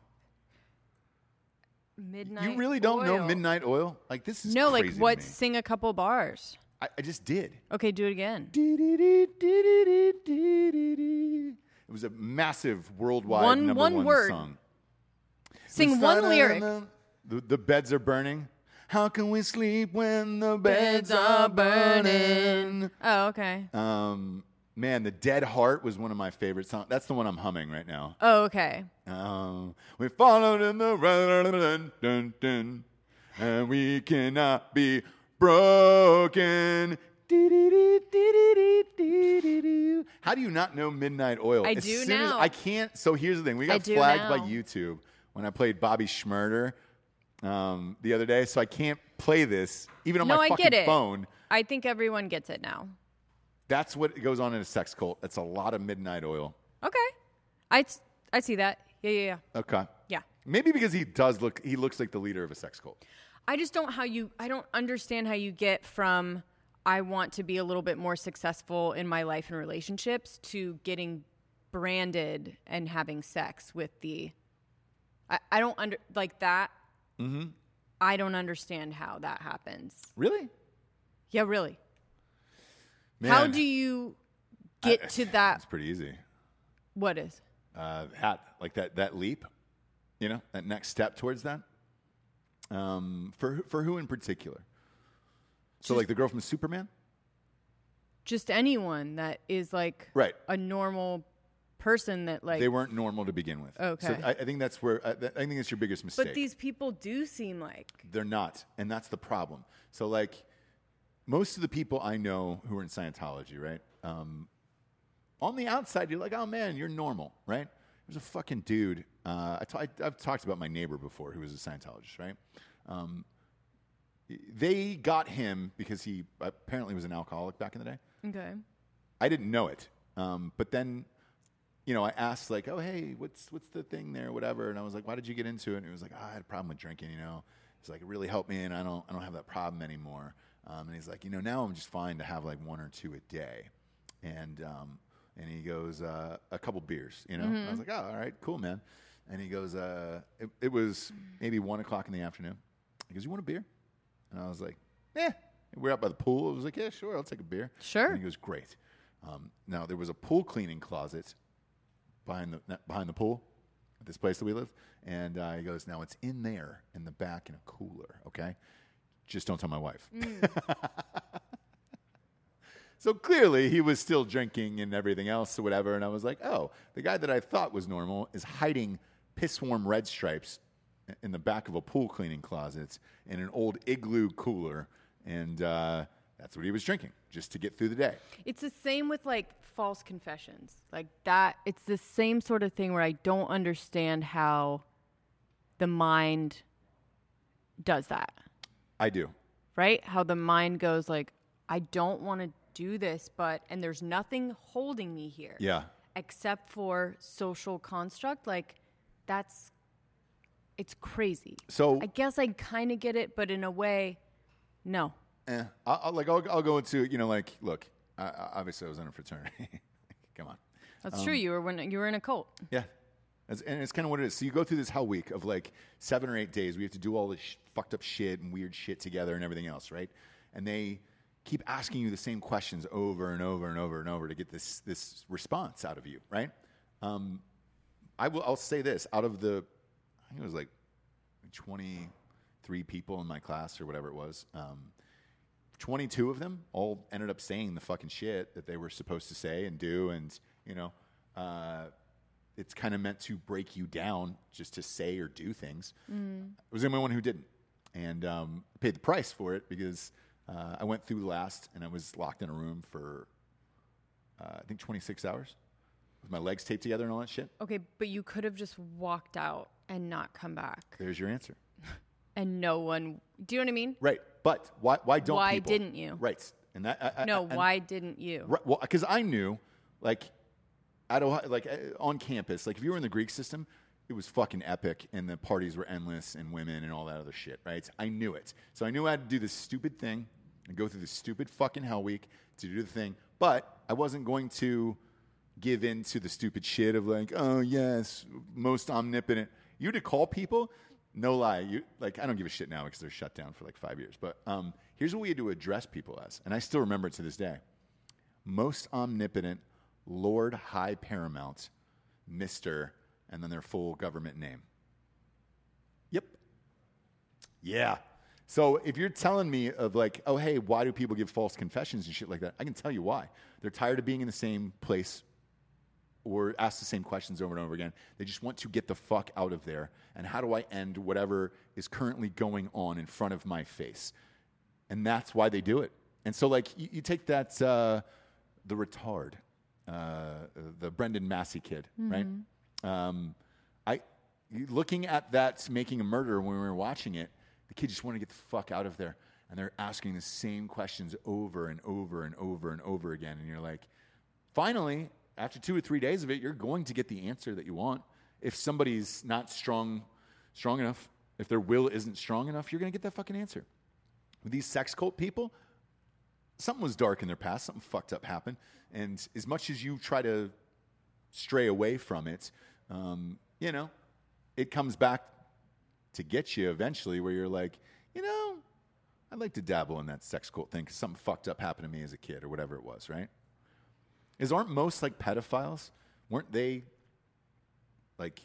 Speaker 2: Midnight.
Speaker 1: you really don't know
Speaker 2: Oil.
Speaker 1: Midnight Oil? Like this is
Speaker 2: No,
Speaker 1: crazy
Speaker 2: like
Speaker 1: to
Speaker 2: what?
Speaker 1: me.
Speaker 2: Sing a couple bars.
Speaker 1: I, I just did.
Speaker 2: Okay, do it again.
Speaker 1: It was a massive worldwide
Speaker 2: One-
Speaker 1: number
Speaker 2: one
Speaker 1: one
Speaker 2: word.
Speaker 1: song.
Speaker 2: Sing one lyric.
Speaker 1: The, the beds are burning. How can we sleep when the beds are burning?
Speaker 2: Oh, okay.
Speaker 1: Um, man, the Dead Heart was one of my favorite songs. That's the one I'm humming right now.
Speaker 2: Oh, okay.
Speaker 1: Um, we followed in the run, dun, dun, dun, and we cannot be broken. Dee-dee-dee-dee-dee-dee-dee-dee. How do you not know Midnight Oil?
Speaker 2: I
Speaker 1: As
Speaker 2: do
Speaker 1: soon as-
Speaker 2: now.
Speaker 1: I can't. So here's the thing: we
Speaker 2: I
Speaker 1: got
Speaker 2: do
Speaker 1: flagged by
Speaker 2: now.
Speaker 1: YouTube when I played Bobby Schmurder um, the other day, so I can't play this even on
Speaker 2: no,
Speaker 1: my
Speaker 2: I
Speaker 1: fucking
Speaker 2: get it.
Speaker 1: phone.
Speaker 2: I think everyone gets it now.
Speaker 1: That's what goes on in a sex cult. That's a lot of Midnight Oil.
Speaker 2: Okay. I, s- I see that. Yeah, yeah, yeah.
Speaker 1: Okay.
Speaker 2: Yeah.
Speaker 1: Maybe because he does look, he looks like the leader of a sex cult.
Speaker 2: I just don't how you I don't understand how you get from I want to be a little bit more successful in my life and relationships to getting branded and having sex with the I, I don't under like that. Mm-hmm. I don't understand how that happens.
Speaker 1: Really?
Speaker 2: Yeah, really.
Speaker 1: Man,
Speaker 2: How do you get to that
Speaker 1: It's pretty easy.
Speaker 2: what is?
Speaker 1: Uh, hat like that that leap, you know, that next step towards that. Um, for who- for who in particular? So like the girl from Superman,
Speaker 2: Just anyone that is like
Speaker 1: right?
Speaker 2: a normal person that like
Speaker 1: They weren't normal to begin with. So
Speaker 2: Okay.
Speaker 1: I, I think that's where I, I think that's your biggest mistake.
Speaker 2: but these people do seem like
Speaker 1: They're not, and that's the problem. So, like, most of the people I know who are in Scientology, right? Um, on the outside, you're like, oh man, you're normal, right? There's a fucking dude. Uh, I t- I, I've talked about my neighbor before, who was a Scientologist, right? Um, they got him because he apparently was an alcoholic back in the day.
Speaker 2: okay.
Speaker 1: I didn't know it. Um, but then, you know, I asked like, "Oh, hey, what's what's the thing there, whatever?" And I was like, "Why did you get into it?" And he was like, oh, "I had a problem with drinking." You know, he's like, "It really helped me, and I don't I don't have that problem anymore." Um, and he's like, "You know, now I'm just fine to have like one or two a day," and um, and he goes, uh, "A couple beers," you know. And I was like, "Oh, all right, cool, man." And he goes, uh, it, "It was maybe one o'clock in the afternoon." He goes, "You want a beer?" And I was like, "Yeah." We're out by the pool. I was like, "Yeah, sure, I'll take a beer."
Speaker 2: Sure.
Speaker 1: And he goes, "Great." Um, now there was a pool cleaning closet behind the not- behind the pool at this place that we live, and uh, he goes, "Now it's in there in the back in a cooler, okay? Just don't tell my wife." so clearly he was still drinking and everything else or whatever, and I was like, "Oh, the guy that I thought was normal is hiding piss warm red stripes i- in the back of a pool cleaning closet in an old igloo cooler, and uh, that's what he was drinking just to get through the day."
Speaker 2: It's the same with like false confessions. Like that, it's the same sort of thing where I don't understand how the mind does that,
Speaker 1: I do.
Speaker 2: right? How the mind goes, like, I don't want to do this, but, and there's nothing holding me here
Speaker 1: Yeah.
Speaker 2: except for social construct. Like, that's, it's crazy.
Speaker 1: So
Speaker 2: I guess I kind of get it, but in a way, no.
Speaker 1: Eh, I'll, I'll- like I'll, I'll go into you know like look I, I, obviously I was in a fraternity come on
Speaker 2: That's
Speaker 1: Um,
Speaker 2: true. You were when you were in a cult.
Speaker 1: yeah That's- and it's kind of what it is so you go through this hell week of like seven or eight days we have to do all this sh- fucked up shit and weird shit together and everything else right and they keep asking you the same questions over and over and over and over to get this this response out of you right um, I will I'll say this out of the I think it was like 23 people in my class or whatever it was um, 22 of them all ended up saying the fucking shit that they were supposed to say and do. And, you know, uh, it's kind of meant to break you down just to say or do things.
Speaker 2: Mm.
Speaker 1: I was the only one who didn't. And um, I paid the price for it because uh, I went through last and I was locked in a room for, uh, I think, 26 hours with my legs taped together and all that shit.
Speaker 2: Okay, but you could have just walked out and not come back,
Speaker 1: There's your answer.
Speaker 2: and no one. Do you know what I mean?
Speaker 1: Right. But why, why don't
Speaker 2: Why
Speaker 1: people-
Speaker 2: didn't you?
Speaker 1: Right. And that, I, I-
Speaker 2: No,
Speaker 1: and-
Speaker 2: why didn't you?
Speaker 1: Right, well, because I knew Like at Ohio, like uh, on campus, like if you were in the Greek system, it was fucking epic, and the parties were endless, and women, and all that other shit. Right? I knew it, so I knew I had to do this stupid thing and go through this stupid fucking hell week to do the thing. But I wasn't going to give in to the stupid shit of like, oh yes, most omnipotent. You had to call people. No lie, you like I don't give a shit now because they're shut down for like five years. But um, here's what we had to address people as, and I still remember it to this day most omnipotent Lord High Paramount, Mr., and then their full government name. Yep. Yeah. So if you're telling me of like, oh, hey, why do people give false confessions and shit like that? I can tell you why. They're tired of being in the same place or asked the same questions over and over again. They just want to get the fuck out of there. And how do I end whatever is currently going on in front of my face? and that's why they do it. And so, like, you, you take that uh, the retard, uh, the Brendan Massey kid, right? Um, I looking at that making a murder when we were watching it, the kid just wanted to get the fuck out of there, and they're asking the same questions over and over and over and over again, and you're like, finally, after two or three days of it, you're going to get the answer that you want. If somebody's not strong, strong enough, if their will isn't strong enough, you're going to get that fucking answer with these sex cult people, something was dark in their past, something fucked up happened, and as much as you try to stray away from it, um, you know, it comes back to get you eventually, where you're like, you know, I'd like to dabble in that sex cult thing because something fucked up happened to me as a kid or whatever it was, right? Is aren't most like pedophiles? Weren't they like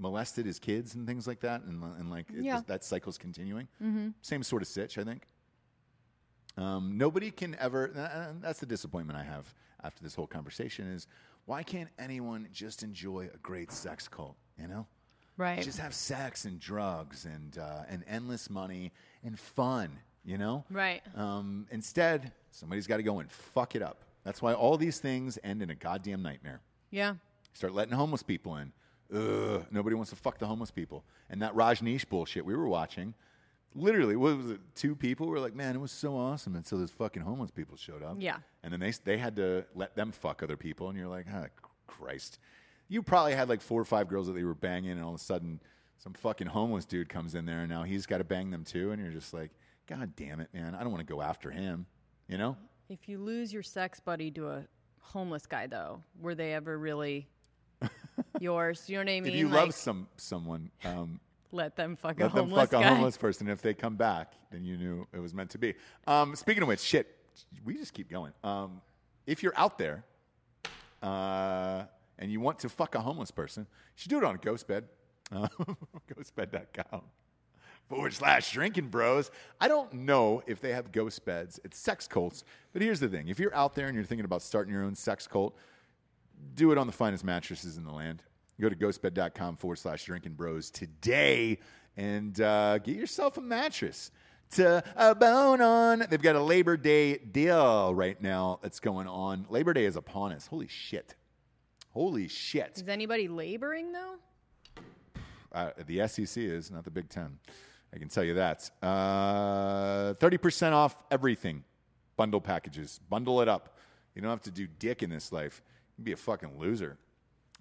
Speaker 1: molested as kids and things like that? And, and like it-
Speaker 2: Yeah.
Speaker 1: that cycle's continuing. Same sort of sitch, I think. Um, nobody can ever. and- And that's the disappointment I have after this whole conversation is why can't anyone just enjoy a great sex cult? You know,
Speaker 2: Right.
Speaker 1: just have sex and drugs and uh, and endless money and fun. You know,
Speaker 2: Right.
Speaker 1: Um, instead, somebody's got to go and fuck it up. That's why all these things end in a goddamn nightmare.
Speaker 2: yeah.
Speaker 1: Start letting homeless people in. Ugh, nobody wants to fuck the homeless people. And that Rajneesh bullshit we were watching, literally, what was it? Two people were like, man, it was so awesome until those fucking homeless people showed up.
Speaker 2: Yeah.
Speaker 1: And then they, they had to let them fuck other people. And you're like, ah, Christ. You probably had like four or five girls that they were banging, and all of a sudden, some fucking homeless dude comes in there, and now he's got to bang them too. And you're just like, God damn it, man. I don't want to go after him. You know?
Speaker 2: If you lose your sex buddy to a homeless guy, though, were they ever really yours? You know what I mean?
Speaker 1: if you
Speaker 2: like,
Speaker 1: love some someone, um,
Speaker 2: let them fuck a
Speaker 1: Let them
Speaker 2: homeless
Speaker 1: fuck a
Speaker 2: guy.
Speaker 1: homeless person. If they come back, then you knew it was meant to be. Um, speaking of which, shit, we just keep going. Um, if you're out there uh, and you want to fuck a homeless person, you should do it on Ghostbed. Uh, ghostbed.com forward slash drinking bros. I don't know if they have ghost beds at sex cults, but here's the thing if you're out there and you're thinking about starting your own sex cult, do it on the finest mattresses in the land. Go to ghostbed.com forward slash drinking bros today and uh, get yourself a mattress to a bone on. They've got a Labor Day deal right now that's going on. Labor Day is upon us. Holy shit. Holy shit.
Speaker 2: Is anybody laboring though?
Speaker 1: Uh, the SEC is, not the Big Ten. I can tell you that. Uh, 30% off everything. Bundle packages. Bundle it up. You don't have to do dick in this life. You can be a fucking loser.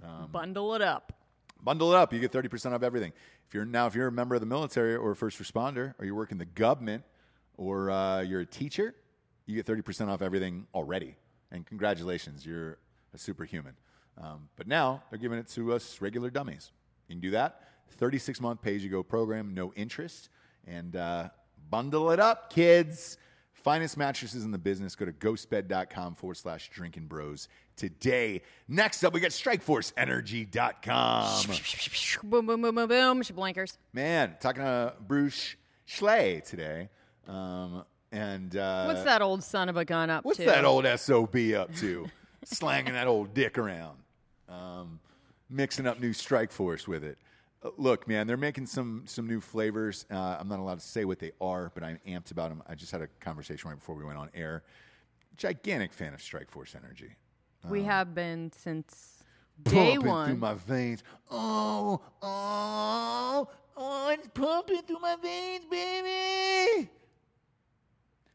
Speaker 1: Um,
Speaker 2: Bundle it up.
Speaker 1: Bundle it up. You get 30% off everything. If you're now, if you're a member of the military or a first responder, or you work in the government, or uh, you're a teacher, you get 30% off everything already. And congratulations, you're a superhuman. Um, but now they're giving it to us regular dummies. You can do that. 36 month pay as you go program, no interest. And uh, bundle it up, kids. Finest mattresses in the business. Go to ghostbed.com forward slash drinking bros today. Next up, we got strikeforceenergy.com.
Speaker 2: Boom, boom, boom, boom, boom. Blankers.
Speaker 1: Man, talking to Bruce Schley today. Um, and uh,
Speaker 2: What's that old son of a gun up
Speaker 1: what's
Speaker 2: to?
Speaker 1: that old SOB up to? Slanging that old dick around, um, mixing up new Strike Force with it. Uh, look, man, they're making some some new flavors. Uh, I'm not allowed to say what they are, but I'm amped about them. I just had a conversation right before we went on air. Gigantic fan of Strike Force Energy. Uh,
Speaker 2: We have been since day
Speaker 1: pumping through
Speaker 2: one.
Speaker 1: my veins. Oh, oh, oh, it's pumping through my veins, baby.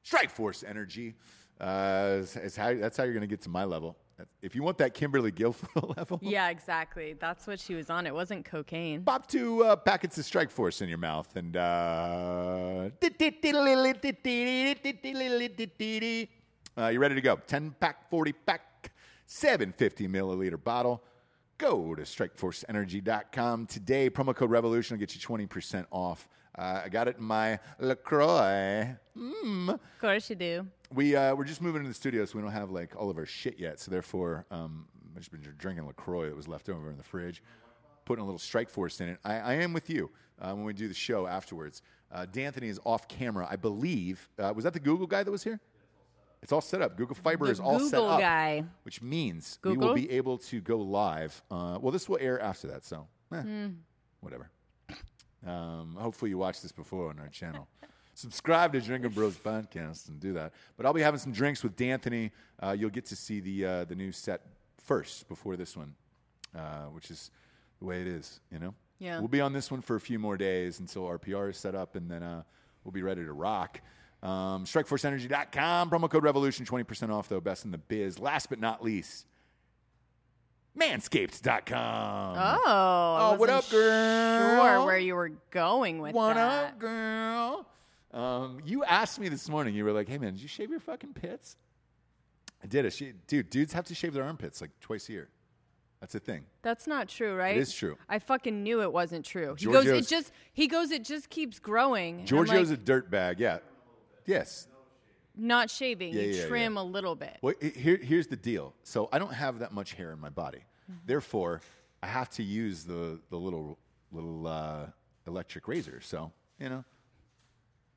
Speaker 1: Strike Force energy uh, is, is how, that's how you're going to get to my level. That's- If you want that Kimberly Guilfoyle level,
Speaker 2: Yeah, exactly. That's what she was on. It wasn't cocaine.
Speaker 1: pop two uh, packets of Strike Force in your mouth and. Uh, uh, you ready to go? 10 pack, 40 pack, 750 milliliter bottle. Go to strikeforceenergy.com today. Promo code REVOLUTION will get you 20% off. Uh, I got it in my LaCroix. Mmm.
Speaker 2: Of course you do.
Speaker 1: We uh, we're just moving into the studio, so we don't have like all of our shit yet. So therefore, um, I've just been drinking Lacroix that was left over in the fridge, putting a little Strike Force in it. I, I am with you uh, when we do the show afterwards. Uh, D'Anthony is off camera, I believe. Uh, was that the Google guy that was here? It's all set up. Google Fiber
Speaker 2: The
Speaker 1: is all set
Speaker 2: Google
Speaker 1: up,
Speaker 2: guy.
Speaker 1: which means we will
Speaker 2: Google?
Speaker 1: be able to go live. Uh, well, this will air after that, so eh,
Speaker 2: Hmm.
Speaker 1: whatever. Um, hopefully, you watched this before on our channel. Subscribe to Drinking Bros podcast and do that. But I'll be having some drinks with D'Anthony. Uh, you'll get to see the uh, the new set first before this one, uh, which is the way it is. You know.
Speaker 2: Yeah.
Speaker 1: We'll be on this one for a few more days until RPR is set up, and then uh, we'll be ready to rock. Um, StrikeForceEnergy.com promo code Revolution twenty percent off though. Best in the biz. Last but not least, Manscaped.com.
Speaker 2: Oh,
Speaker 1: Oh,
Speaker 2: oh
Speaker 1: what up, girl?
Speaker 2: Sure, where you were going with
Speaker 1: What
Speaker 2: that?
Speaker 1: up, girl? Um, you asked me this morning. You were like, "Hey, man, did you shave your fucking pits?" I did. It, she, dude, dudes have to shave their armpits like twice a year. That's a thing.
Speaker 2: That's not true, right?
Speaker 1: is true.
Speaker 2: I fucking knew it wasn't true. He goes,
Speaker 1: Giorgio's-
Speaker 2: it just. He goes, it just keeps growing. And I'm
Speaker 1: Giorgio's
Speaker 2: like,
Speaker 1: a dirt bag. Yeah. Yes.
Speaker 2: not shaving.
Speaker 1: Yeah,
Speaker 2: you
Speaker 1: yeah,
Speaker 2: trim a little bit.
Speaker 1: Well, he- here, here's the deal. So I don't have that much hair in my body. Therefore, I have to use the the little little uh, electric razor. So you know,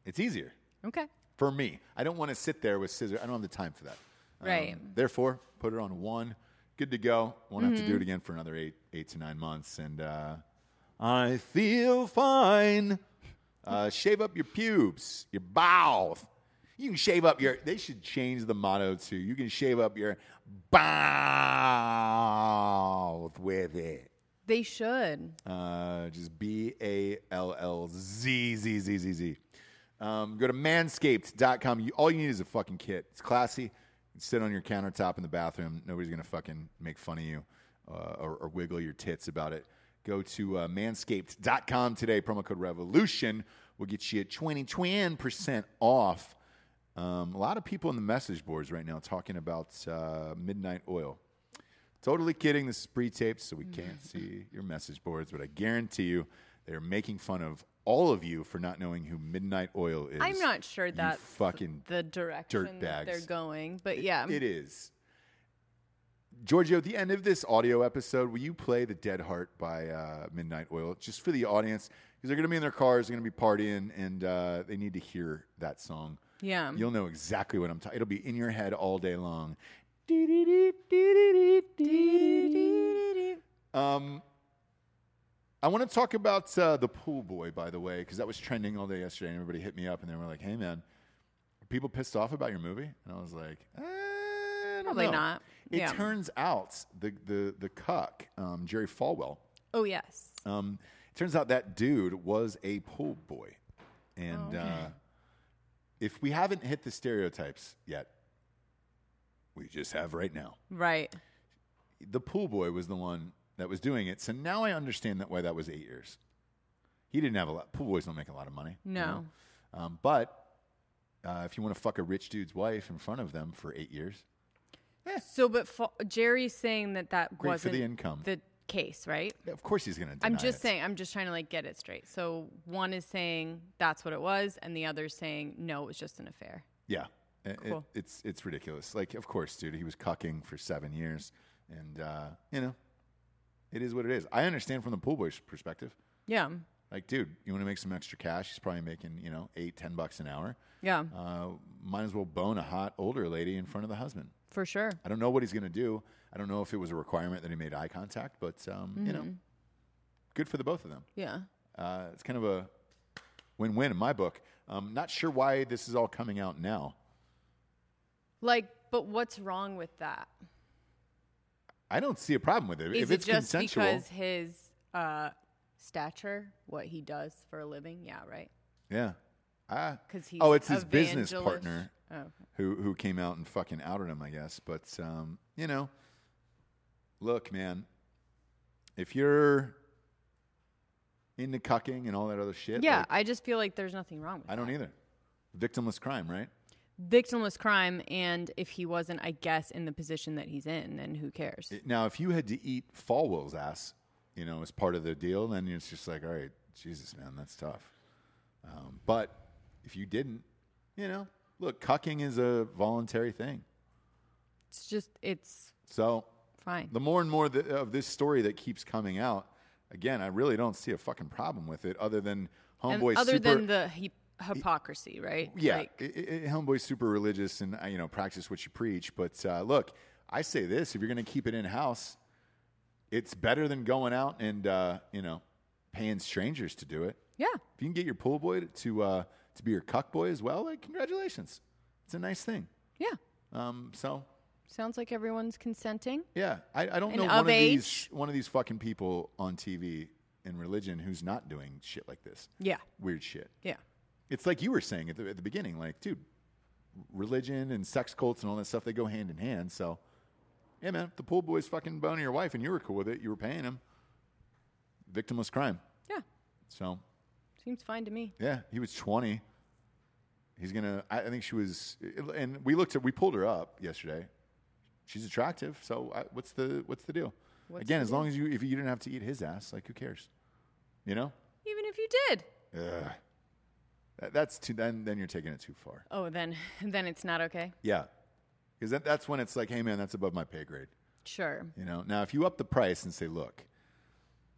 Speaker 1: it's easier.
Speaker 2: Okay.
Speaker 1: for me. I don't want to sit there with scissors. I don't have the time for that. Um,
Speaker 2: Right.
Speaker 1: Therefore, put it on one. Good to go. Won't have to do it again for another eight, eight to nine months. And uh, I feel fine. Uh, shave up your pubes, your bowels. You can shave up your. They should change the motto to you can shave up your bowels with it.
Speaker 2: They should.
Speaker 1: Uh, just B A L L Z Z Z Z Z. Um, go to manscaped.com. You, all you need is a fucking kit. It's classy. You can sit on your countertop in the bathroom. Nobody's going to fucking make fun of you uh, or, or wiggle your tits about it. Go to uh, manscaped.com today. Promo code REVOLUTION will get you 20, 20% off. Um, a lot of people in the message boards right now talking about uh, midnight oil. Totally kidding. This is pre-taped, so we
Speaker 2: Mm-hmm.
Speaker 1: can't see your message boards, but I guarantee you they're making fun of all of you for not knowing who Midnight Oil is.
Speaker 2: I'm not sure
Speaker 1: You
Speaker 2: that's
Speaker 1: fucking
Speaker 2: the direction that they're
Speaker 1: dirtbags.
Speaker 2: going, but yeah,
Speaker 1: it is. Giorgio, at the end of this audio episode, will you play "The Dead Heart" by uh, Midnight Oil just for the audience? Because they're going to be in their cars, they're going to be partying, and uh, they need to hear that song.
Speaker 2: Yeah.
Speaker 1: you'll know exactly what I'm talking. It'll be in your head all day long. Um, I want to talk about uh, the pool boy, by the way, because that was trending all day yesterday, and everybody hit me up, and they were like, "Hey, man, are people pissed off about your movie?" And I was like, "Eh, I don't
Speaker 2: Probably
Speaker 1: know."
Speaker 2: not.
Speaker 1: It
Speaker 2: Yeah.
Speaker 1: turns out the the the cuck, um, Jerry Falwell.
Speaker 2: oh yes,
Speaker 1: Um, it turns out that dude was a pool boy, and
Speaker 2: Oh,
Speaker 1: uh, if we haven't hit the stereotypes yet, we just have right now
Speaker 2: right.
Speaker 1: the pool boy was the one that was doing it. So now I understand that why that was eight years. He didn't have a lot. Pool boys don't make a lot of money. you
Speaker 2: No.
Speaker 1: know? Um, but uh, if you want to fuck a rich dude's wife in front of them for eight years, eh,
Speaker 2: So, but fa- Jerry's saying that that
Speaker 1: Great for
Speaker 2: wasn't
Speaker 1: the income.
Speaker 2: the case, right?
Speaker 1: yeah, of course he's going to deny
Speaker 2: I'm just
Speaker 1: it.
Speaker 2: saying. I'm just trying to like get it straight. So one is saying that's what it was, and the other's saying no, it was just an affair.
Speaker 1: Yeah. It- it-
Speaker 2: Cool.
Speaker 1: it's, it's ridiculous. Like, of course, dude, he was cucking for seven years. And, uh, you know, it is what it is. I understand from the pool boy's perspective.
Speaker 2: Yeah,
Speaker 1: Like, dude, you want to make some extra cash? He's probably making, you know, eight, ten bucks an hour.
Speaker 2: yeah,
Speaker 1: uh, might as well bone a hot older lady in front of the husband.
Speaker 2: for sure.
Speaker 1: I don't know what he's going to do. I don't know if it was a requirement that he made eye contact, but um, you know, good for the both of them.
Speaker 2: Yeah,
Speaker 1: Uh, it's kind of a win-win in my book. Um, not sure why this is all coming out now.
Speaker 2: like, but what's wrong with that?
Speaker 1: I don't see a problem with it
Speaker 2: Is
Speaker 1: if
Speaker 2: it
Speaker 1: it's
Speaker 2: just
Speaker 1: consensual.
Speaker 2: because his uh, stature, what he does for a living? Yeah, right.
Speaker 1: yeah. Ah.
Speaker 2: 'Cause
Speaker 1: oh,
Speaker 2: he's
Speaker 1: it's his business
Speaker 2: evangelish.
Speaker 1: partner
Speaker 2: Oh.
Speaker 1: who who came out and fucking outed him, I guess. But um, you know, Look, man, if you're into cucking and all that other shit,
Speaker 2: Yeah,
Speaker 1: like,
Speaker 2: I just feel like there's nothing wrong with
Speaker 1: I don't
Speaker 2: that.
Speaker 1: either. Victimless crime, right?
Speaker 2: Victimless crime, and if he wasn't, I guess, in the position that he's in, then who cares?
Speaker 1: Now, if you had to eat Falwell's ass, you know, as part of the deal, then it's just like, all right, Jesus, man, that's tough. Um, but if you didn't, you know, look, cucking is a voluntary thing.
Speaker 2: It's just, it's
Speaker 1: So
Speaker 2: fine.
Speaker 1: the more and more th- of this story that keeps coming out, again, I really don't see a fucking problem with it, other than
Speaker 2: and
Speaker 1: homeboy
Speaker 2: other
Speaker 1: super.
Speaker 2: than the hy- hypocrisy, right?
Speaker 1: yeah,
Speaker 2: Like,
Speaker 1: i i- i- homeboy's super religious and uh, you know practice what you preach. But uh, look, I say this: if you're going to keep it in house, it's better than going out and uh, you know paying strangers to do it.
Speaker 2: yeah.
Speaker 1: If you can get your pool boy to uh, to be your cuck boy as well, like congratulations, it's a nice thing.
Speaker 2: Yeah.
Speaker 1: Um, so
Speaker 2: Sounds like everyone's consenting.
Speaker 1: yeah, I, I don't
Speaker 2: And
Speaker 1: know
Speaker 2: of
Speaker 1: one
Speaker 2: age?
Speaker 1: of these one of these fucking people on TV in religion who's not doing shit like this.
Speaker 2: Yeah.
Speaker 1: Weird shit.
Speaker 2: Yeah.
Speaker 1: It's like you were saying at the, at the beginning, like, dude, religion and sex cults and all that stuff, they go hand in hand. So, yeah, man, if the pool boy's fucking boning your wife and you were cool with it, you were paying him. Victimless crime.
Speaker 2: Yeah.
Speaker 1: So,
Speaker 2: Seems fine to me.
Speaker 1: yeah, he was 20. He's going to, I I think she was, and we looked at, we pulled her up yesterday. She's attractive. So, I, what's the, what's the deal?
Speaker 2: What's
Speaker 1: Again,
Speaker 2: the
Speaker 1: as long as you, if you didn't have to eat his ass, like, who cares? You know?
Speaker 2: Even if you did.
Speaker 1: Ugh. That, that's too, then, then you're taking it too far.
Speaker 2: Oh, then then it's not okay.
Speaker 1: Yeah. Because that, that's when it's like, hey, man, that's above my pay grade.
Speaker 2: Sure.
Speaker 1: You know, now if you up the price and say, look,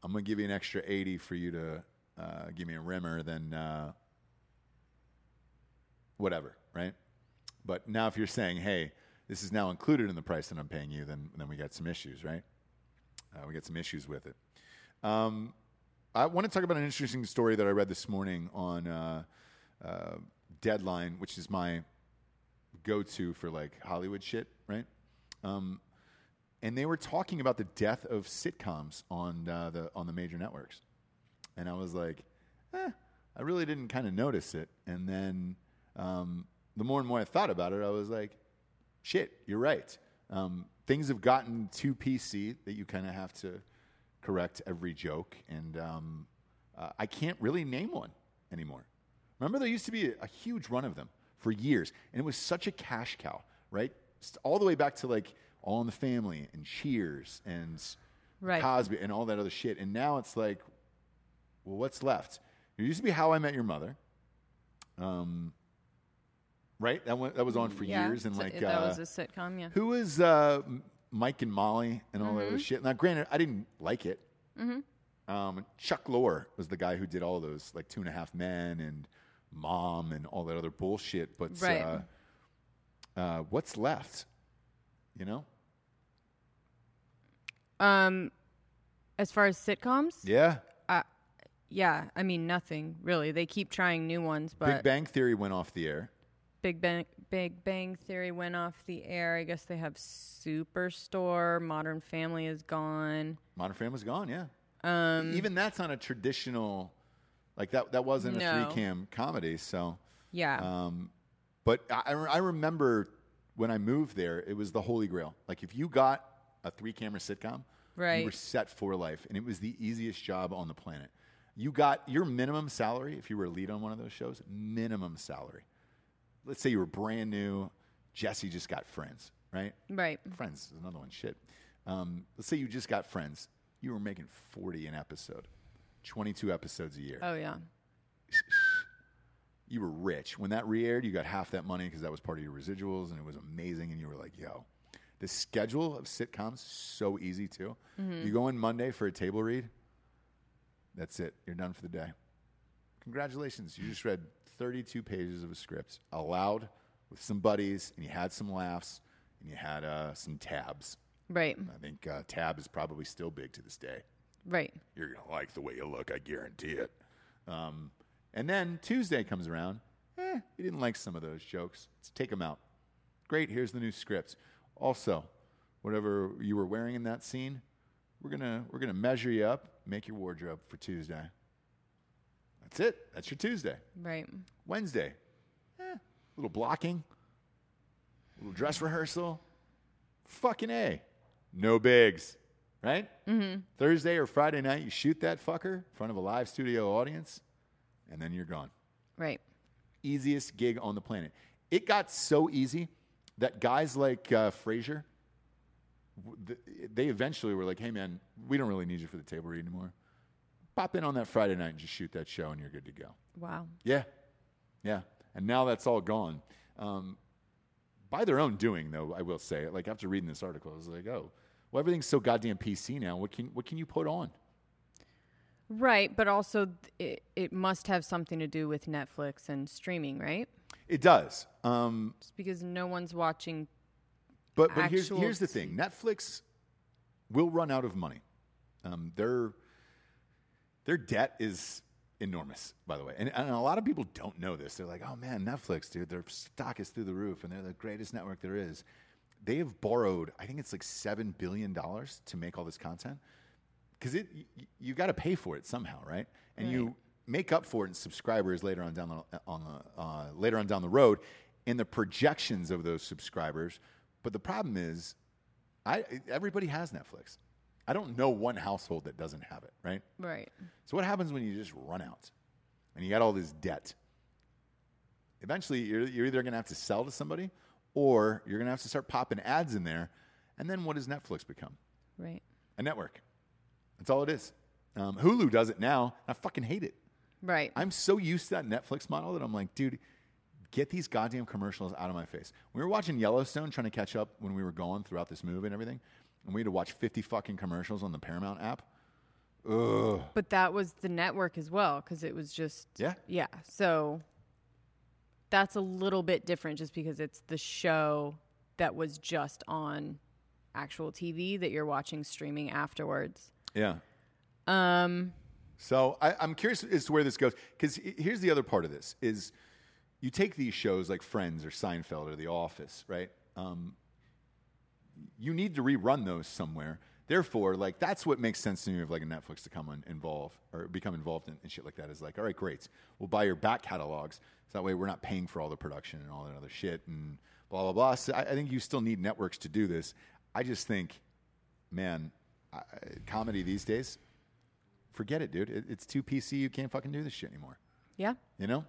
Speaker 1: I'm going to give you an extra 80 for you to uh, give me a rimmer, then uh, whatever, right? But now if you're saying, hey, this is now included in the price that I'm paying you, then, then we got some issues, right? Uh, we got some issues with it. Um, I want to talk about an interesting story that I read this morning on uh, uh, Deadline, which is my go to for like Hollywood shit, right? and they were talking about the death of sitcoms on uh, the on the major networks, and I was like, eh, I really didn't kind of notice it. And then um, the more and more I thought about it, I was like, shit, you're right. Um, things have gotten too PC that you kind of have to correct every joke, and um, uh, I can't really name one anymore. Remember, there used to be a, a huge run of them for years, and it was such a cash cow, right? S- All the way back to like All in the Family and Cheers and
Speaker 2: Right.
Speaker 1: Cosby and all that other shit. And now it's like, well, what's left? It used to be How I Met Your Mother. Um, right? That, went, that was on for
Speaker 2: Yeah.
Speaker 1: years. And
Speaker 2: So-
Speaker 1: like,
Speaker 2: that
Speaker 1: uh,
Speaker 2: was a Mm-hmm. sitcom, yeah.
Speaker 1: who was uh, M- Mike and Molly and all that other shit? Now, granted, I didn't like it.
Speaker 2: Mm-hmm.
Speaker 1: Um, Chuck Lorre was the guy who did all those, like Two and a Half Men and Mom and all that other bullshit. But
Speaker 2: Right.
Speaker 1: uh, uh, what's left? You know?
Speaker 2: Um as far as sitcoms?
Speaker 1: Yeah.
Speaker 2: Yeah, I mean nothing really. They keep trying new ones, but
Speaker 1: Big Bang Theory went off the air.
Speaker 2: Big Bang Big Bang Theory went off the air. I guess they have Superstore. Modern Family is gone.
Speaker 1: Modern Family's gone. Yeah. Um, Even that's not a traditional, like that. That wasn't a
Speaker 2: No.
Speaker 1: three cam comedy. So.
Speaker 2: Yeah.
Speaker 1: Um, but I, I remember when I moved there, it was the holy grail. Like if you got a three camera sitcom, you were
Speaker 2: Right.
Speaker 1: set for life, and it was the easiest job on the planet. You got your minimum salary if you were a lead on one of those shows. Minimum salary. Let's say you were brand new. Jesse just got Friends, right?
Speaker 2: right.
Speaker 1: Friends is another one. Shit. Um, let's say you just got Friends. You were making forty an episode, twenty-two episodes a year
Speaker 2: Oh yeah.
Speaker 1: you were rich. When that re-aired, you got half that money because that was part of your residuals, and it was amazing. And you were like, "Yo, the schedule of sitcoms so easy too. You go in Monday for a table read. That's it. You're done for the day. Congratulations. You just read 32 pages of a script aloud with some buddies, and you had some laughs, and you had uh, some tabs.
Speaker 2: Right.
Speaker 1: I think uh, tab is probably still big to this day
Speaker 2: Right.
Speaker 1: you're gonna like the way you look. I guarantee it. Um, and then Tuesday comes around. Eh, you didn't like some of those jokes. Let's take them out. Great. Here's the new scripts. Also, whatever you were wearing in that scene, we're gonna we're gonna measure you up. Make your wardrobe for Tuesday. That's it. That's your Tuesday.
Speaker 2: Right.
Speaker 1: Wednesday, eh, little blocking, little dress rehearsal. Fucking a. No bigs. right? Mm-hmm. Thursday or Friday night, you shoot that fucker in front of a live studio audience, and then you're gone.
Speaker 2: Right.
Speaker 1: Easiest gig on the planet. It got so easy that guys like uh, Frazier, w- th- they eventually were like, hey, man, we don't really need you for the table read anymore. Pop in on that Friday night and just shoot that show, and you're good to go.
Speaker 2: Wow.
Speaker 1: Yeah, yeah. And now that's all gone. Um, by their own doing, though, I will say. Like after reading this article, I was like, oh, well, everything's so goddamn PC now. What can what can you put on?
Speaker 2: Right, but also th- it, it must have something to do with Netflix and streaming, right?
Speaker 1: It does. Um,
Speaker 2: Just because no one's watching.
Speaker 1: but but here's
Speaker 2: Actual
Speaker 1: here's the thing. Netflix will run out of money. Um, their their debt is enormous, by the way, and, and a lot of people don't know this. They're like, oh man, Netflix, dude, their stock is through the roof, and they're the greatest network there is. They have borrowed, I think it's like seven billion dollars to make all this content. because it you, you got to pay for it somehow, right? And you make up for it in subscribers later on down the, on the uh, later on down the road in the projections of those subscribers. But the problem is, I everybody has Netflix. I don't know one household that doesn't have it, right?
Speaker 2: Right.
Speaker 1: So what happens when you just run out and you got all this debt? Eventually, you're, you're either going to have to sell to somebody or you're going to have to start popping ads in there. And then what does Netflix become?
Speaker 2: Right.
Speaker 1: a network. That's all it is. Um, Hulu does it now. And I fucking hate it.
Speaker 2: Right.
Speaker 1: I'm so used to that Netflix model that I'm like, dude, get these goddamn commercials out of my face. We were watching Yellowstone, trying to catch up when we were going throughout this movie and everything, and we had to watch 50 fucking commercials on the Paramount app. Ugh.
Speaker 2: but that was the network as well because it was just
Speaker 1: Yeah.
Speaker 2: yeah so that's a little bit different just because it's the show that was just on actual tv that you're watching streaming afterwards
Speaker 1: Yeah.
Speaker 2: um
Speaker 1: So I, I'm curious as to where this goes because here's the other part of this is you take these shows like Friends or Seinfeld or The Office, right? Um, you need to rerun those somewhere. Therefore, like that's what makes sense to me of like a Netflix to come on involve or become involved in, in shit like that is like, all right, great, we'll buy your back catalogs. So that way we're not paying for all the production and all that other shit and blah blah blah. So I, I think you still need networks to do this. I just think, man, I, comedy these days, forget it, dude. It, it's too PC. You can't fucking do this shit anymore.
Speaker 2: yeah
Speaker 1: You know?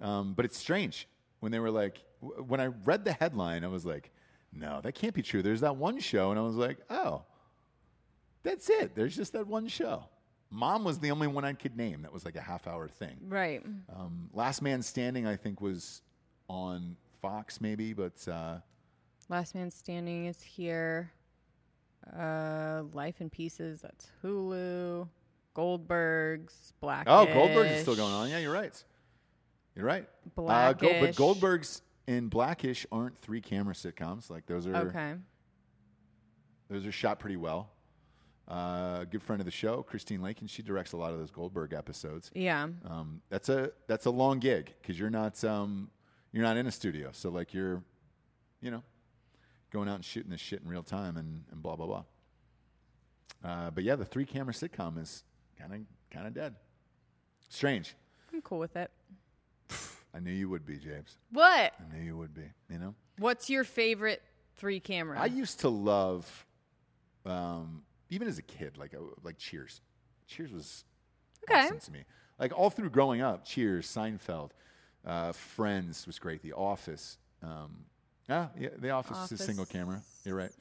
Speaker 1: Um, but it's strange when they were like, w- when I read the headline, I was like, no, that can't be true. There's that one show. And I was like, oh, that's it. There's just that one show. Mom was the only one I could name that was like a half hour thing.
Speaker 2: right
Speaker 1: Um, Last Man Standing, I think, was on Fox, maybe, but uh,
Speaker 2: last man standing is here uh life in pieces that's hulu goldberg's black
Speaker 1: Oh, Goldberg is still going on. Yeah, you're right. You're right. Gold- but
Speaker 2: Blackish.
Speaker 1: Goldberg's and Blackish aren't three camera sitcoms. Like those are
Speaker 2: okay
Speaker 1: those are shot pretty well. Uh, a good friend of the show, Christine Lake, and she directs a lot of those Goldberg episodes.
Speaker 2: yeah
Speaker 1: Um, that's a that's a long gig because you're not um, you're not in a studio, so like you're, you know, going out and shooting this shit in real time and, and blah blah blah. Uh, but yeah, the three camera sitcom is kind of kind of dead. Strange.
Speaker 2: i'm cool with it
Speaker 1: I knew you would be, James.
Speaker 2: what
Speaker 1: I knew you would be. You know,
Speaker 2: What's your favorite three camera?
Speaker 1: I used to love, um, even as a kid, like uh, like Cheers. Cheers was
Speaker 2: Okay.
Speaker 1: awesome to me. Like all through growing up, Cheers, Seinfeld, uh, Friends was great. The Office. Um, ah, yeah, The Office, is
Speaker 2: Office.
Speaker 1: single camera. You're right.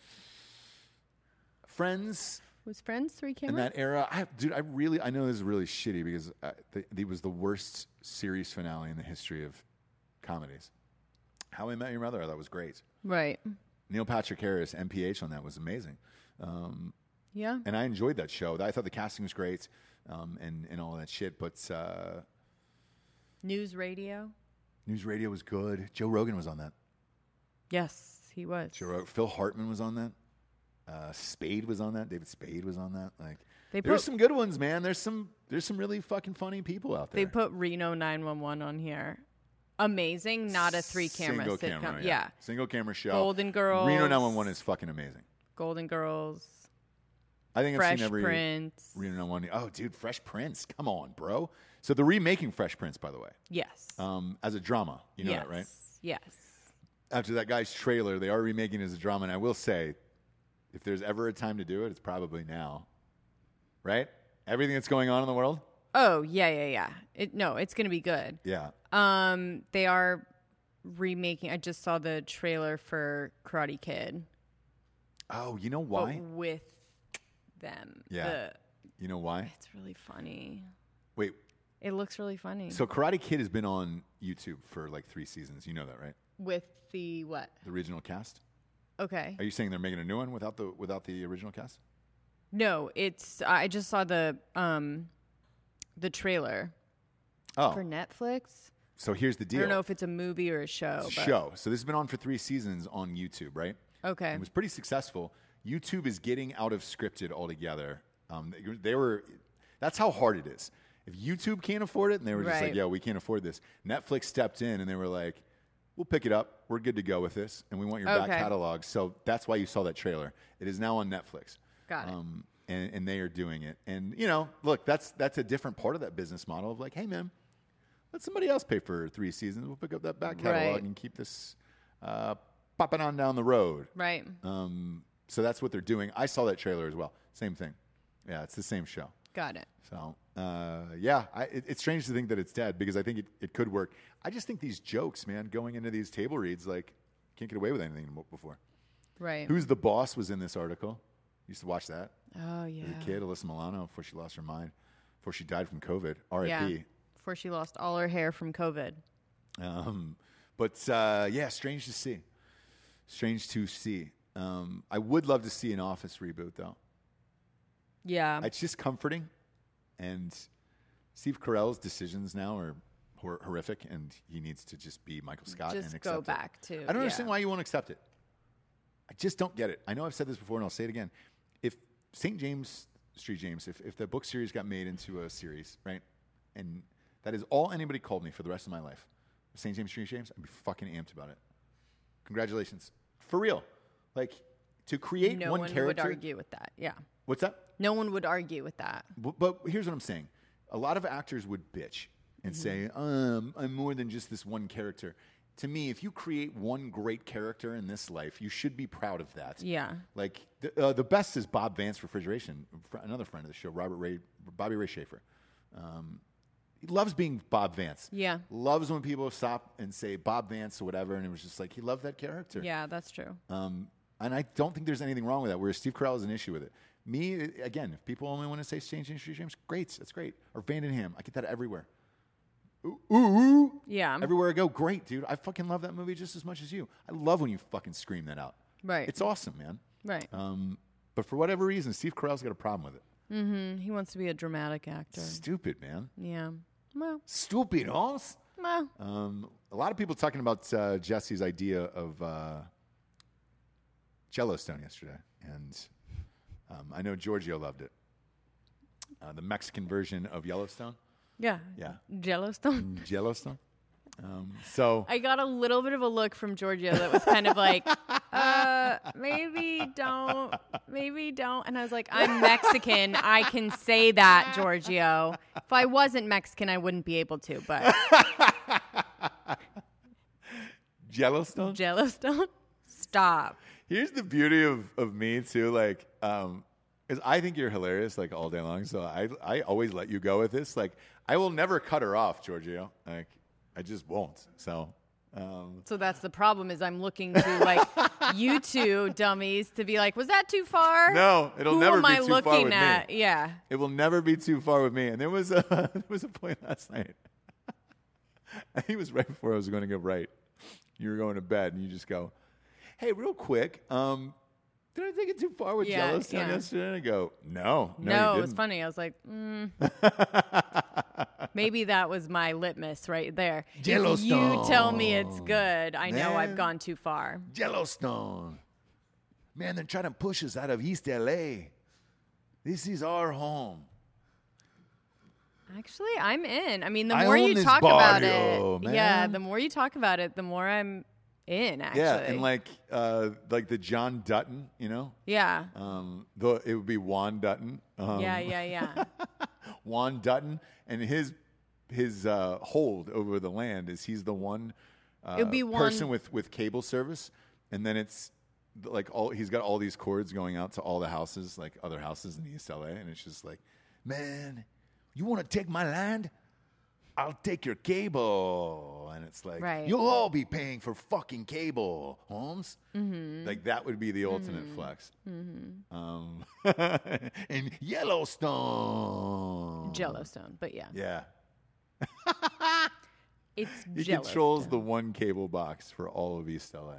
Speaker 1: Friends
Speaker 2: was Friends three
Speaker 1: in
Speaker 2: camera?
Speaker 1: that era, I dude, I really, I know this is really shitty because uh, th- it was the worst series finale in the history of comedies. How I Met Your Mother, I thought was great.
Speaker 2: right.
Speaker 1: Neil Patrick Harris, MPH on that was amazing. Um,
Speaker 2: Yeah.
Speaker 1: and I enjoyed that show. I thought the casting was great um, and, and all that shit. But uh,
Speaker 2: News radio.
Speaker 1: News Radio was good. Joe Rogan was on that.
Speaker 2: Yes, he was.
Speaker 1: Joe Rog- Phil Hartman was on that. Uh, Spade was on that. David Spade was on that. Like
Speaker 2: They
Speaker 1: there's
Speaker 2: put-
Speaker 1: some good ones, man. There's some there's some really fucking funny people out there.
Speaker 2: They put Reno nine one one on here. Amazing, not a three camera
Speaker 1: Single
Speaker 2: sitcom.
Speaker 1: camera,
Speaker 2: yeah.
Speaker 1: Single camera show.
Speaker 2: Golden Girls.
Speaker 1: Reno 911 is fucking amazing.
Speaker 2: Golden Girls,
Speaker 1: I think I've
Speaker 2: Fresh
Speaker 1: seen every
Speaker 2: Prince.
Speaker 1: Reno 911. Oh, dude, Fresh Prince. Come on, bro. So they're remaking Fresh Prince, by the way,
Speaker 2: yes.
Speaker 1: um, as a drama. You know
Speaker 2: yes.
Speaker 1: that, right?
Speaker 2: Yes.
Speaker 1: After that guy's trailer, they are remaking it as a drama, and I will say, If there's ever a time to do it, it's probably now. Right? Everything that's going on in the world?
Speaker 2: Oh, yeah, yeah, yeah. It, no, it's going to be good.
Speaker 1: Yeah.
Speaker 2: Um, they are remaking. I just saw the trailer for Karate Kid,
Speaker 1: Oh, you know
Speaker 2: but
Speaker 1: why?
Speaker 2: with them.
Speaker 1: Yeah.
Speaker 2: The-
Speaker 1: You know why?
Speaker 2: it's really funny.
Speaker 1: Wait.
Speaker 2: It looks really funny.
Speaker 1: So Karate Kid has been on YouTube for like 3 seasons. You know that, right?
Speaker 2: with the what?
Speaker 1: The original cast?
Speaker 2: Okay.
Speaker 1: Are you saying they're making a new one without the without the original cast?
Speaker 2: No, it's I just saw the um the trailer
Speaker 1: Oh.
Speaker 2: for Netflix.
Speaker 1: so here's the deal.
Speaker 2: I don't know if it's a movie or a show.
Speaker 1: It's a
Speaker 2: but-
Speaker 1: show. So this has been on for 3 seasons on YouTube, right?
Speaker 2: Okay.
Speaker 1: It was pretty successful. YouTube is getting out of scripted altogether. Um, they- they were. That's how hard it is. If YouTube can't afford it, and they were just like,
Speaker 2: Right.
Speaker 1: "Yeah, we can't afford this," Netflix stepped in and they were like, "We'll pick it up. We're good to go with this, and we want your back
Speaker 2: Okay.
Speaker 1: catalog." So that's why you saw that trailer. It is now on Netflix.
Speaker 2: Got it.
Speaker 1: Um, and, and they are doing it. And you know, look, that's that's a different part of that business model of like, "Hey, man, let somebody else pay for three seasons. We'll pick up that back catalog
Speaker 2: Right.
Speaker 1: and keep this uh, popping on down the road."
Speaker 2: Right.
Speaker 1: Um, so that's what they're doing. I saw that trailer as well. Same thing. Yeah, it's the same show.
Speaker 2: Got it.
Speaker 1: So uh, yeah, I, it, it's strange to think that it's dead because I think it, it could work. I just think these jokes, man, going into these table reads, like can't get away with anything mo- before.
Speaker 2: Right.
Speaker 1: Who's the boss was in this article. Used to watch that
Speaker 2: oh yeah.
Speaker 1: as a kid, Alyssa Milano, before she lost her mind, before she died from COVID. R.I.P.
Speaker 2: Yeah. Before she lost all her hair from COVID.
Speaker 1: Um, but uh, yeah, strange to see. Strange to see. Um, I would love to see an Office reboot though.
Speaker 2: Yeah.
Speaker 1: it's just comforting. And Steve Carell's decisions now are hor- horrific, and he needs to just be Michael Scott
Speaker 2: Just
Speaker 1: and accept
Speaker 2: go
Speaker 1: it.
Speaker 2: back to-
Speaker 1: I don't understand
Speaker 2: yeah.
Speaker 1: why you won't accept it. I just don't get it. I know I've said this before, and I'll say it again. If St. James Street James, if if the book series got made into a series, right, and that is all anybody called me for the rest of my life, St. James Street James, I'd be fucking amped about it. Congratulations, for real. Like to create one,
Speaker 2: no one would
Speaker 1: character.
Speaker 2: argue with that. Yeah.
Speaker 1: What's up?
Speaker 2: No one would argue with that.
Speaker 1: But, but here's what I'm saying: a lot of actors would bitch and
Speaker 2: Mm-hmm.
Speaker 1: say, um, "I'm more than just this one character." To me, if you create one great character in this life, you should be proud of that.
Speaker 2: Yeah.
Speaker 1: Like the, uh, the best is Bob Vance Refrigeration, fr- another friend of the show, Robert Ray, Bobby Ray Schaefer. Um, he loves being Bob Vance.
Speaker 2: Yeah.
Speaker 1: Loves when people stop and say Bob Vance or whatever, and it was just like he loved that character.
Speaker 2: Yeah, that's true.
Speaker 1: Um, and I don't think there's anything wrong with that. Whereas Steve Carell has an issue with it. Me, again, if people only want to say Strange Industry James, great, that's great. Or Vandenham, I get that everywhere. Ooh, ooh, ooh.
Speaker 2: Yeah.
Speaker 1: Everywhere I go, great, dude. I fucking love that movie just as much as you. I love when you fucking scream that out.
Speaker 2: Right.
Speaker 1: It's awesome, man.
Speaker 2: right.
Speaker 1: Um, but for whatever reason, Steve Carell's got a problem with it.
Speaker 2: Mm, he wants to be a dramatic actor.
Speaker 1: Stupid, man.
Speaker 2: Yeah. Well,
Speaker 1: Stupid, Hans.
Speaker 2: well.
Speaker 1: Um, a lot of people talking about uh, Jesse's idea of uh, Jello Stone yesterday, and um, I know Giorgio loved it. Uh, the Mexican version of Yellowstone,
Speaker 2: Yeah. Mm.
Speaker 1: yeah,
Speaker 2: Jellystone.
Speaker 1: Yellowstone. Um, so
Speaker 2: I got a little bit of a look from Georgia that was kind of like, uh, maybe don't, maybe don't. And I was like, I'm Mexican. I can say that, Giorgio. If I wasn't Mexican, I wouldn't be able to, but
Speaker 1: Yellowstone.
Speaker 2: Jellystone, stop.
Speaker 1: Here's the beauty of, of me too, like, um, is I think you're hilarious like all day long. So I I always let you go with this. Like I will never cut her off, Giorgio. Like I just won't. So. Um,
Speaker 2: So that's the problem is I'm looking to like you two dummies to be like, was that too far?
Speaker 1: No, it'll
Speaker 2: Who
Speaker 1: never
Speaker 2: am
Speaker 1: be
Speaker 2: I
Speaker 1: too far
Speaker 2: looking
Speaker 1: with me.
Speaker 2: at? Yeah.
Speaker 1: It will never be too far with me. And there was a there was a point last night. I think it was right before I was going to go right. You were going to bed, and you just go, "Hey, real quick, um, did I take it too far with
Speaker 2: Yeah,
Speaker 1: Yellowstone
Speaker 2: yeah.
Speaker 1: yesterday?" And I go, "No, no,
Speaker 2: No,
Speaker 1: you
Speaker 2: it
Speaker 1: didn't.
Speaker 2: was funny. I was like, mm. maybe that was my litmus right there. If You tell me it's good. I know
Speaker 1: man.
Speaker 2: I've gone too far.
Speaker 1: Yellowstone, man, they're trying to push us out of East LA. This is our home.
Speaker 2: Actually, I'm in. I mean, the
Speaker 1: I
Speaker 2: more
Speaker 1: own
Speaker 2: you
Speaker 1: this
Speaker 2: talk about
Speaker 1: barrio,
Speaker 2: it, yeah,
Speaker 1: man.
Speaker 2: the more you talk about it, the more I'm in. Actually,
Speaker 1: Yeah, and like uh, like the John Dutton, you know,
Speaker 2: yeah,
Speaker 1: um, though it would be Juan Dutton. Um,
Speaker 2: yeah, yeah, yeah.
Speaker 1: Juan Dutton, and his his uh, hold over the land is he's the one uh,
Speaker 2: It'd be
Speaker 1: person
Speaker 2: Juan-
Speaker 1: with with cable service, and then it's like all he's got all these chords going out to all the houses, like other houses in East LA, and it's just like, man, you want to take my land? I'll take your cable, and it's like
Speaker 2: Right.
Speaker 1: you'll all be paying for fucking cable, Holmes.
Speaker 2: Mm-hmm.
Speaker 1: Like that would be the ultimate
Speaker 2: Mm.
Speaker 1: flex. Um, and Yellowstone,
Speaker 2: Jellostone, but yeah,
Speaker 1: yeah,
Speaker 2: it's
Speaker 1: he
Speaker 2: Jellostone.
Speaker 1: controls the one cable box for all of East LA.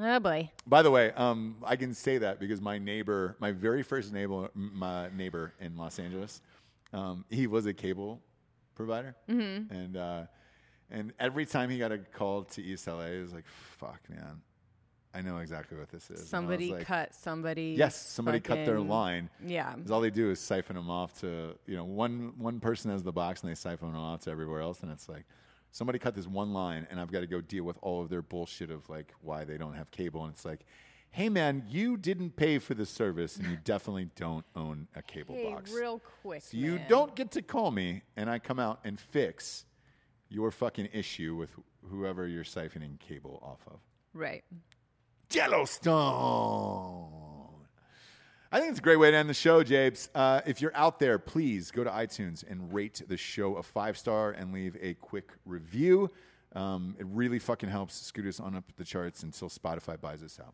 Speaker 2: Oh boy,
Speaker 1: By the way, um, I can say that because my neighbor, my very first neighbor, my neighbor in Los Angeles, um, he was a cable provider,
Speaker 2: Mm-hmm.
Speaker 1: and uh, and every time he got a call to East LA, he was like, "Fuck, man, I know exactly what this is." And I was
Speaker 2: somebody
Speaker 1: like,
Speaker 2: cut somebody.
Speaker 1: Yes, somebody cut their
Speaker 2: fucking-
Speaker 1: line.
Speaker 2: Yeah.
Speaker 1: Because all they do is siphon them off to you know one one person has the box and they siphon them off to everywhere else, and it's like somebody cut this one line, and I've got to go deal with all of their bullshit of like why they don't have cable, and it's like. Hey man, you didn't pay for the service, and you definitely don't own a cable
Speaker 2: Hey,
Speaker 1: box.
Speaker 2: real quick.
Speaker 1: so you
Speaker 2: man.
Speaker 1: don't get to call me, and I come out and fix your fucking issue with whoever you're siphoning cable off of.
Speaker 2: Right.
Speaker 1: Yellowstone. I think it's a great way to end the show, Japes. Uh, if you're out there, please go to iTunes and rate the show a five star and leave a quick review. Um, it really fucking helps scoot us on up the charts until Spotify buys us out.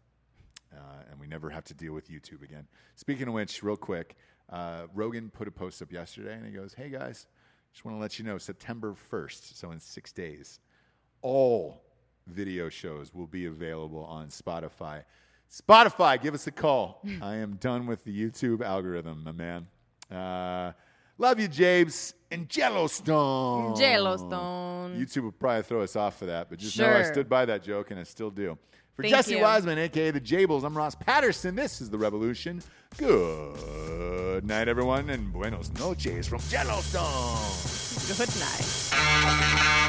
Speaker 1: Uh, and we never have to deal with YouTube again. Speaking of which, real quick, uh, Rogan put a post up yesterday and he goes, Hey guys, just want to let you know September 1st, so in six days, all video shows will be available on Spotify. Spotify, give us a call. I am done with the YouTube algorithm, my man. Uh, love you, Jabes. And Jellostone.
Speaker 2: Jellostone.
Speaker 1: YouTube will probably throw us off for that, but just know I
Speaker 2: Sure.
Speaker 1: stood by that joke and I still do. For
Speaker 2: Thank
Speaker 1: Jesse
Speaker 2: you.
Speaker 1: Wiseman, aka the Jables, I'm Ross Patterson. This is the Revolution. Good night, everyone, and buenos noches from Yellowstone.
Speaker 2: Good night.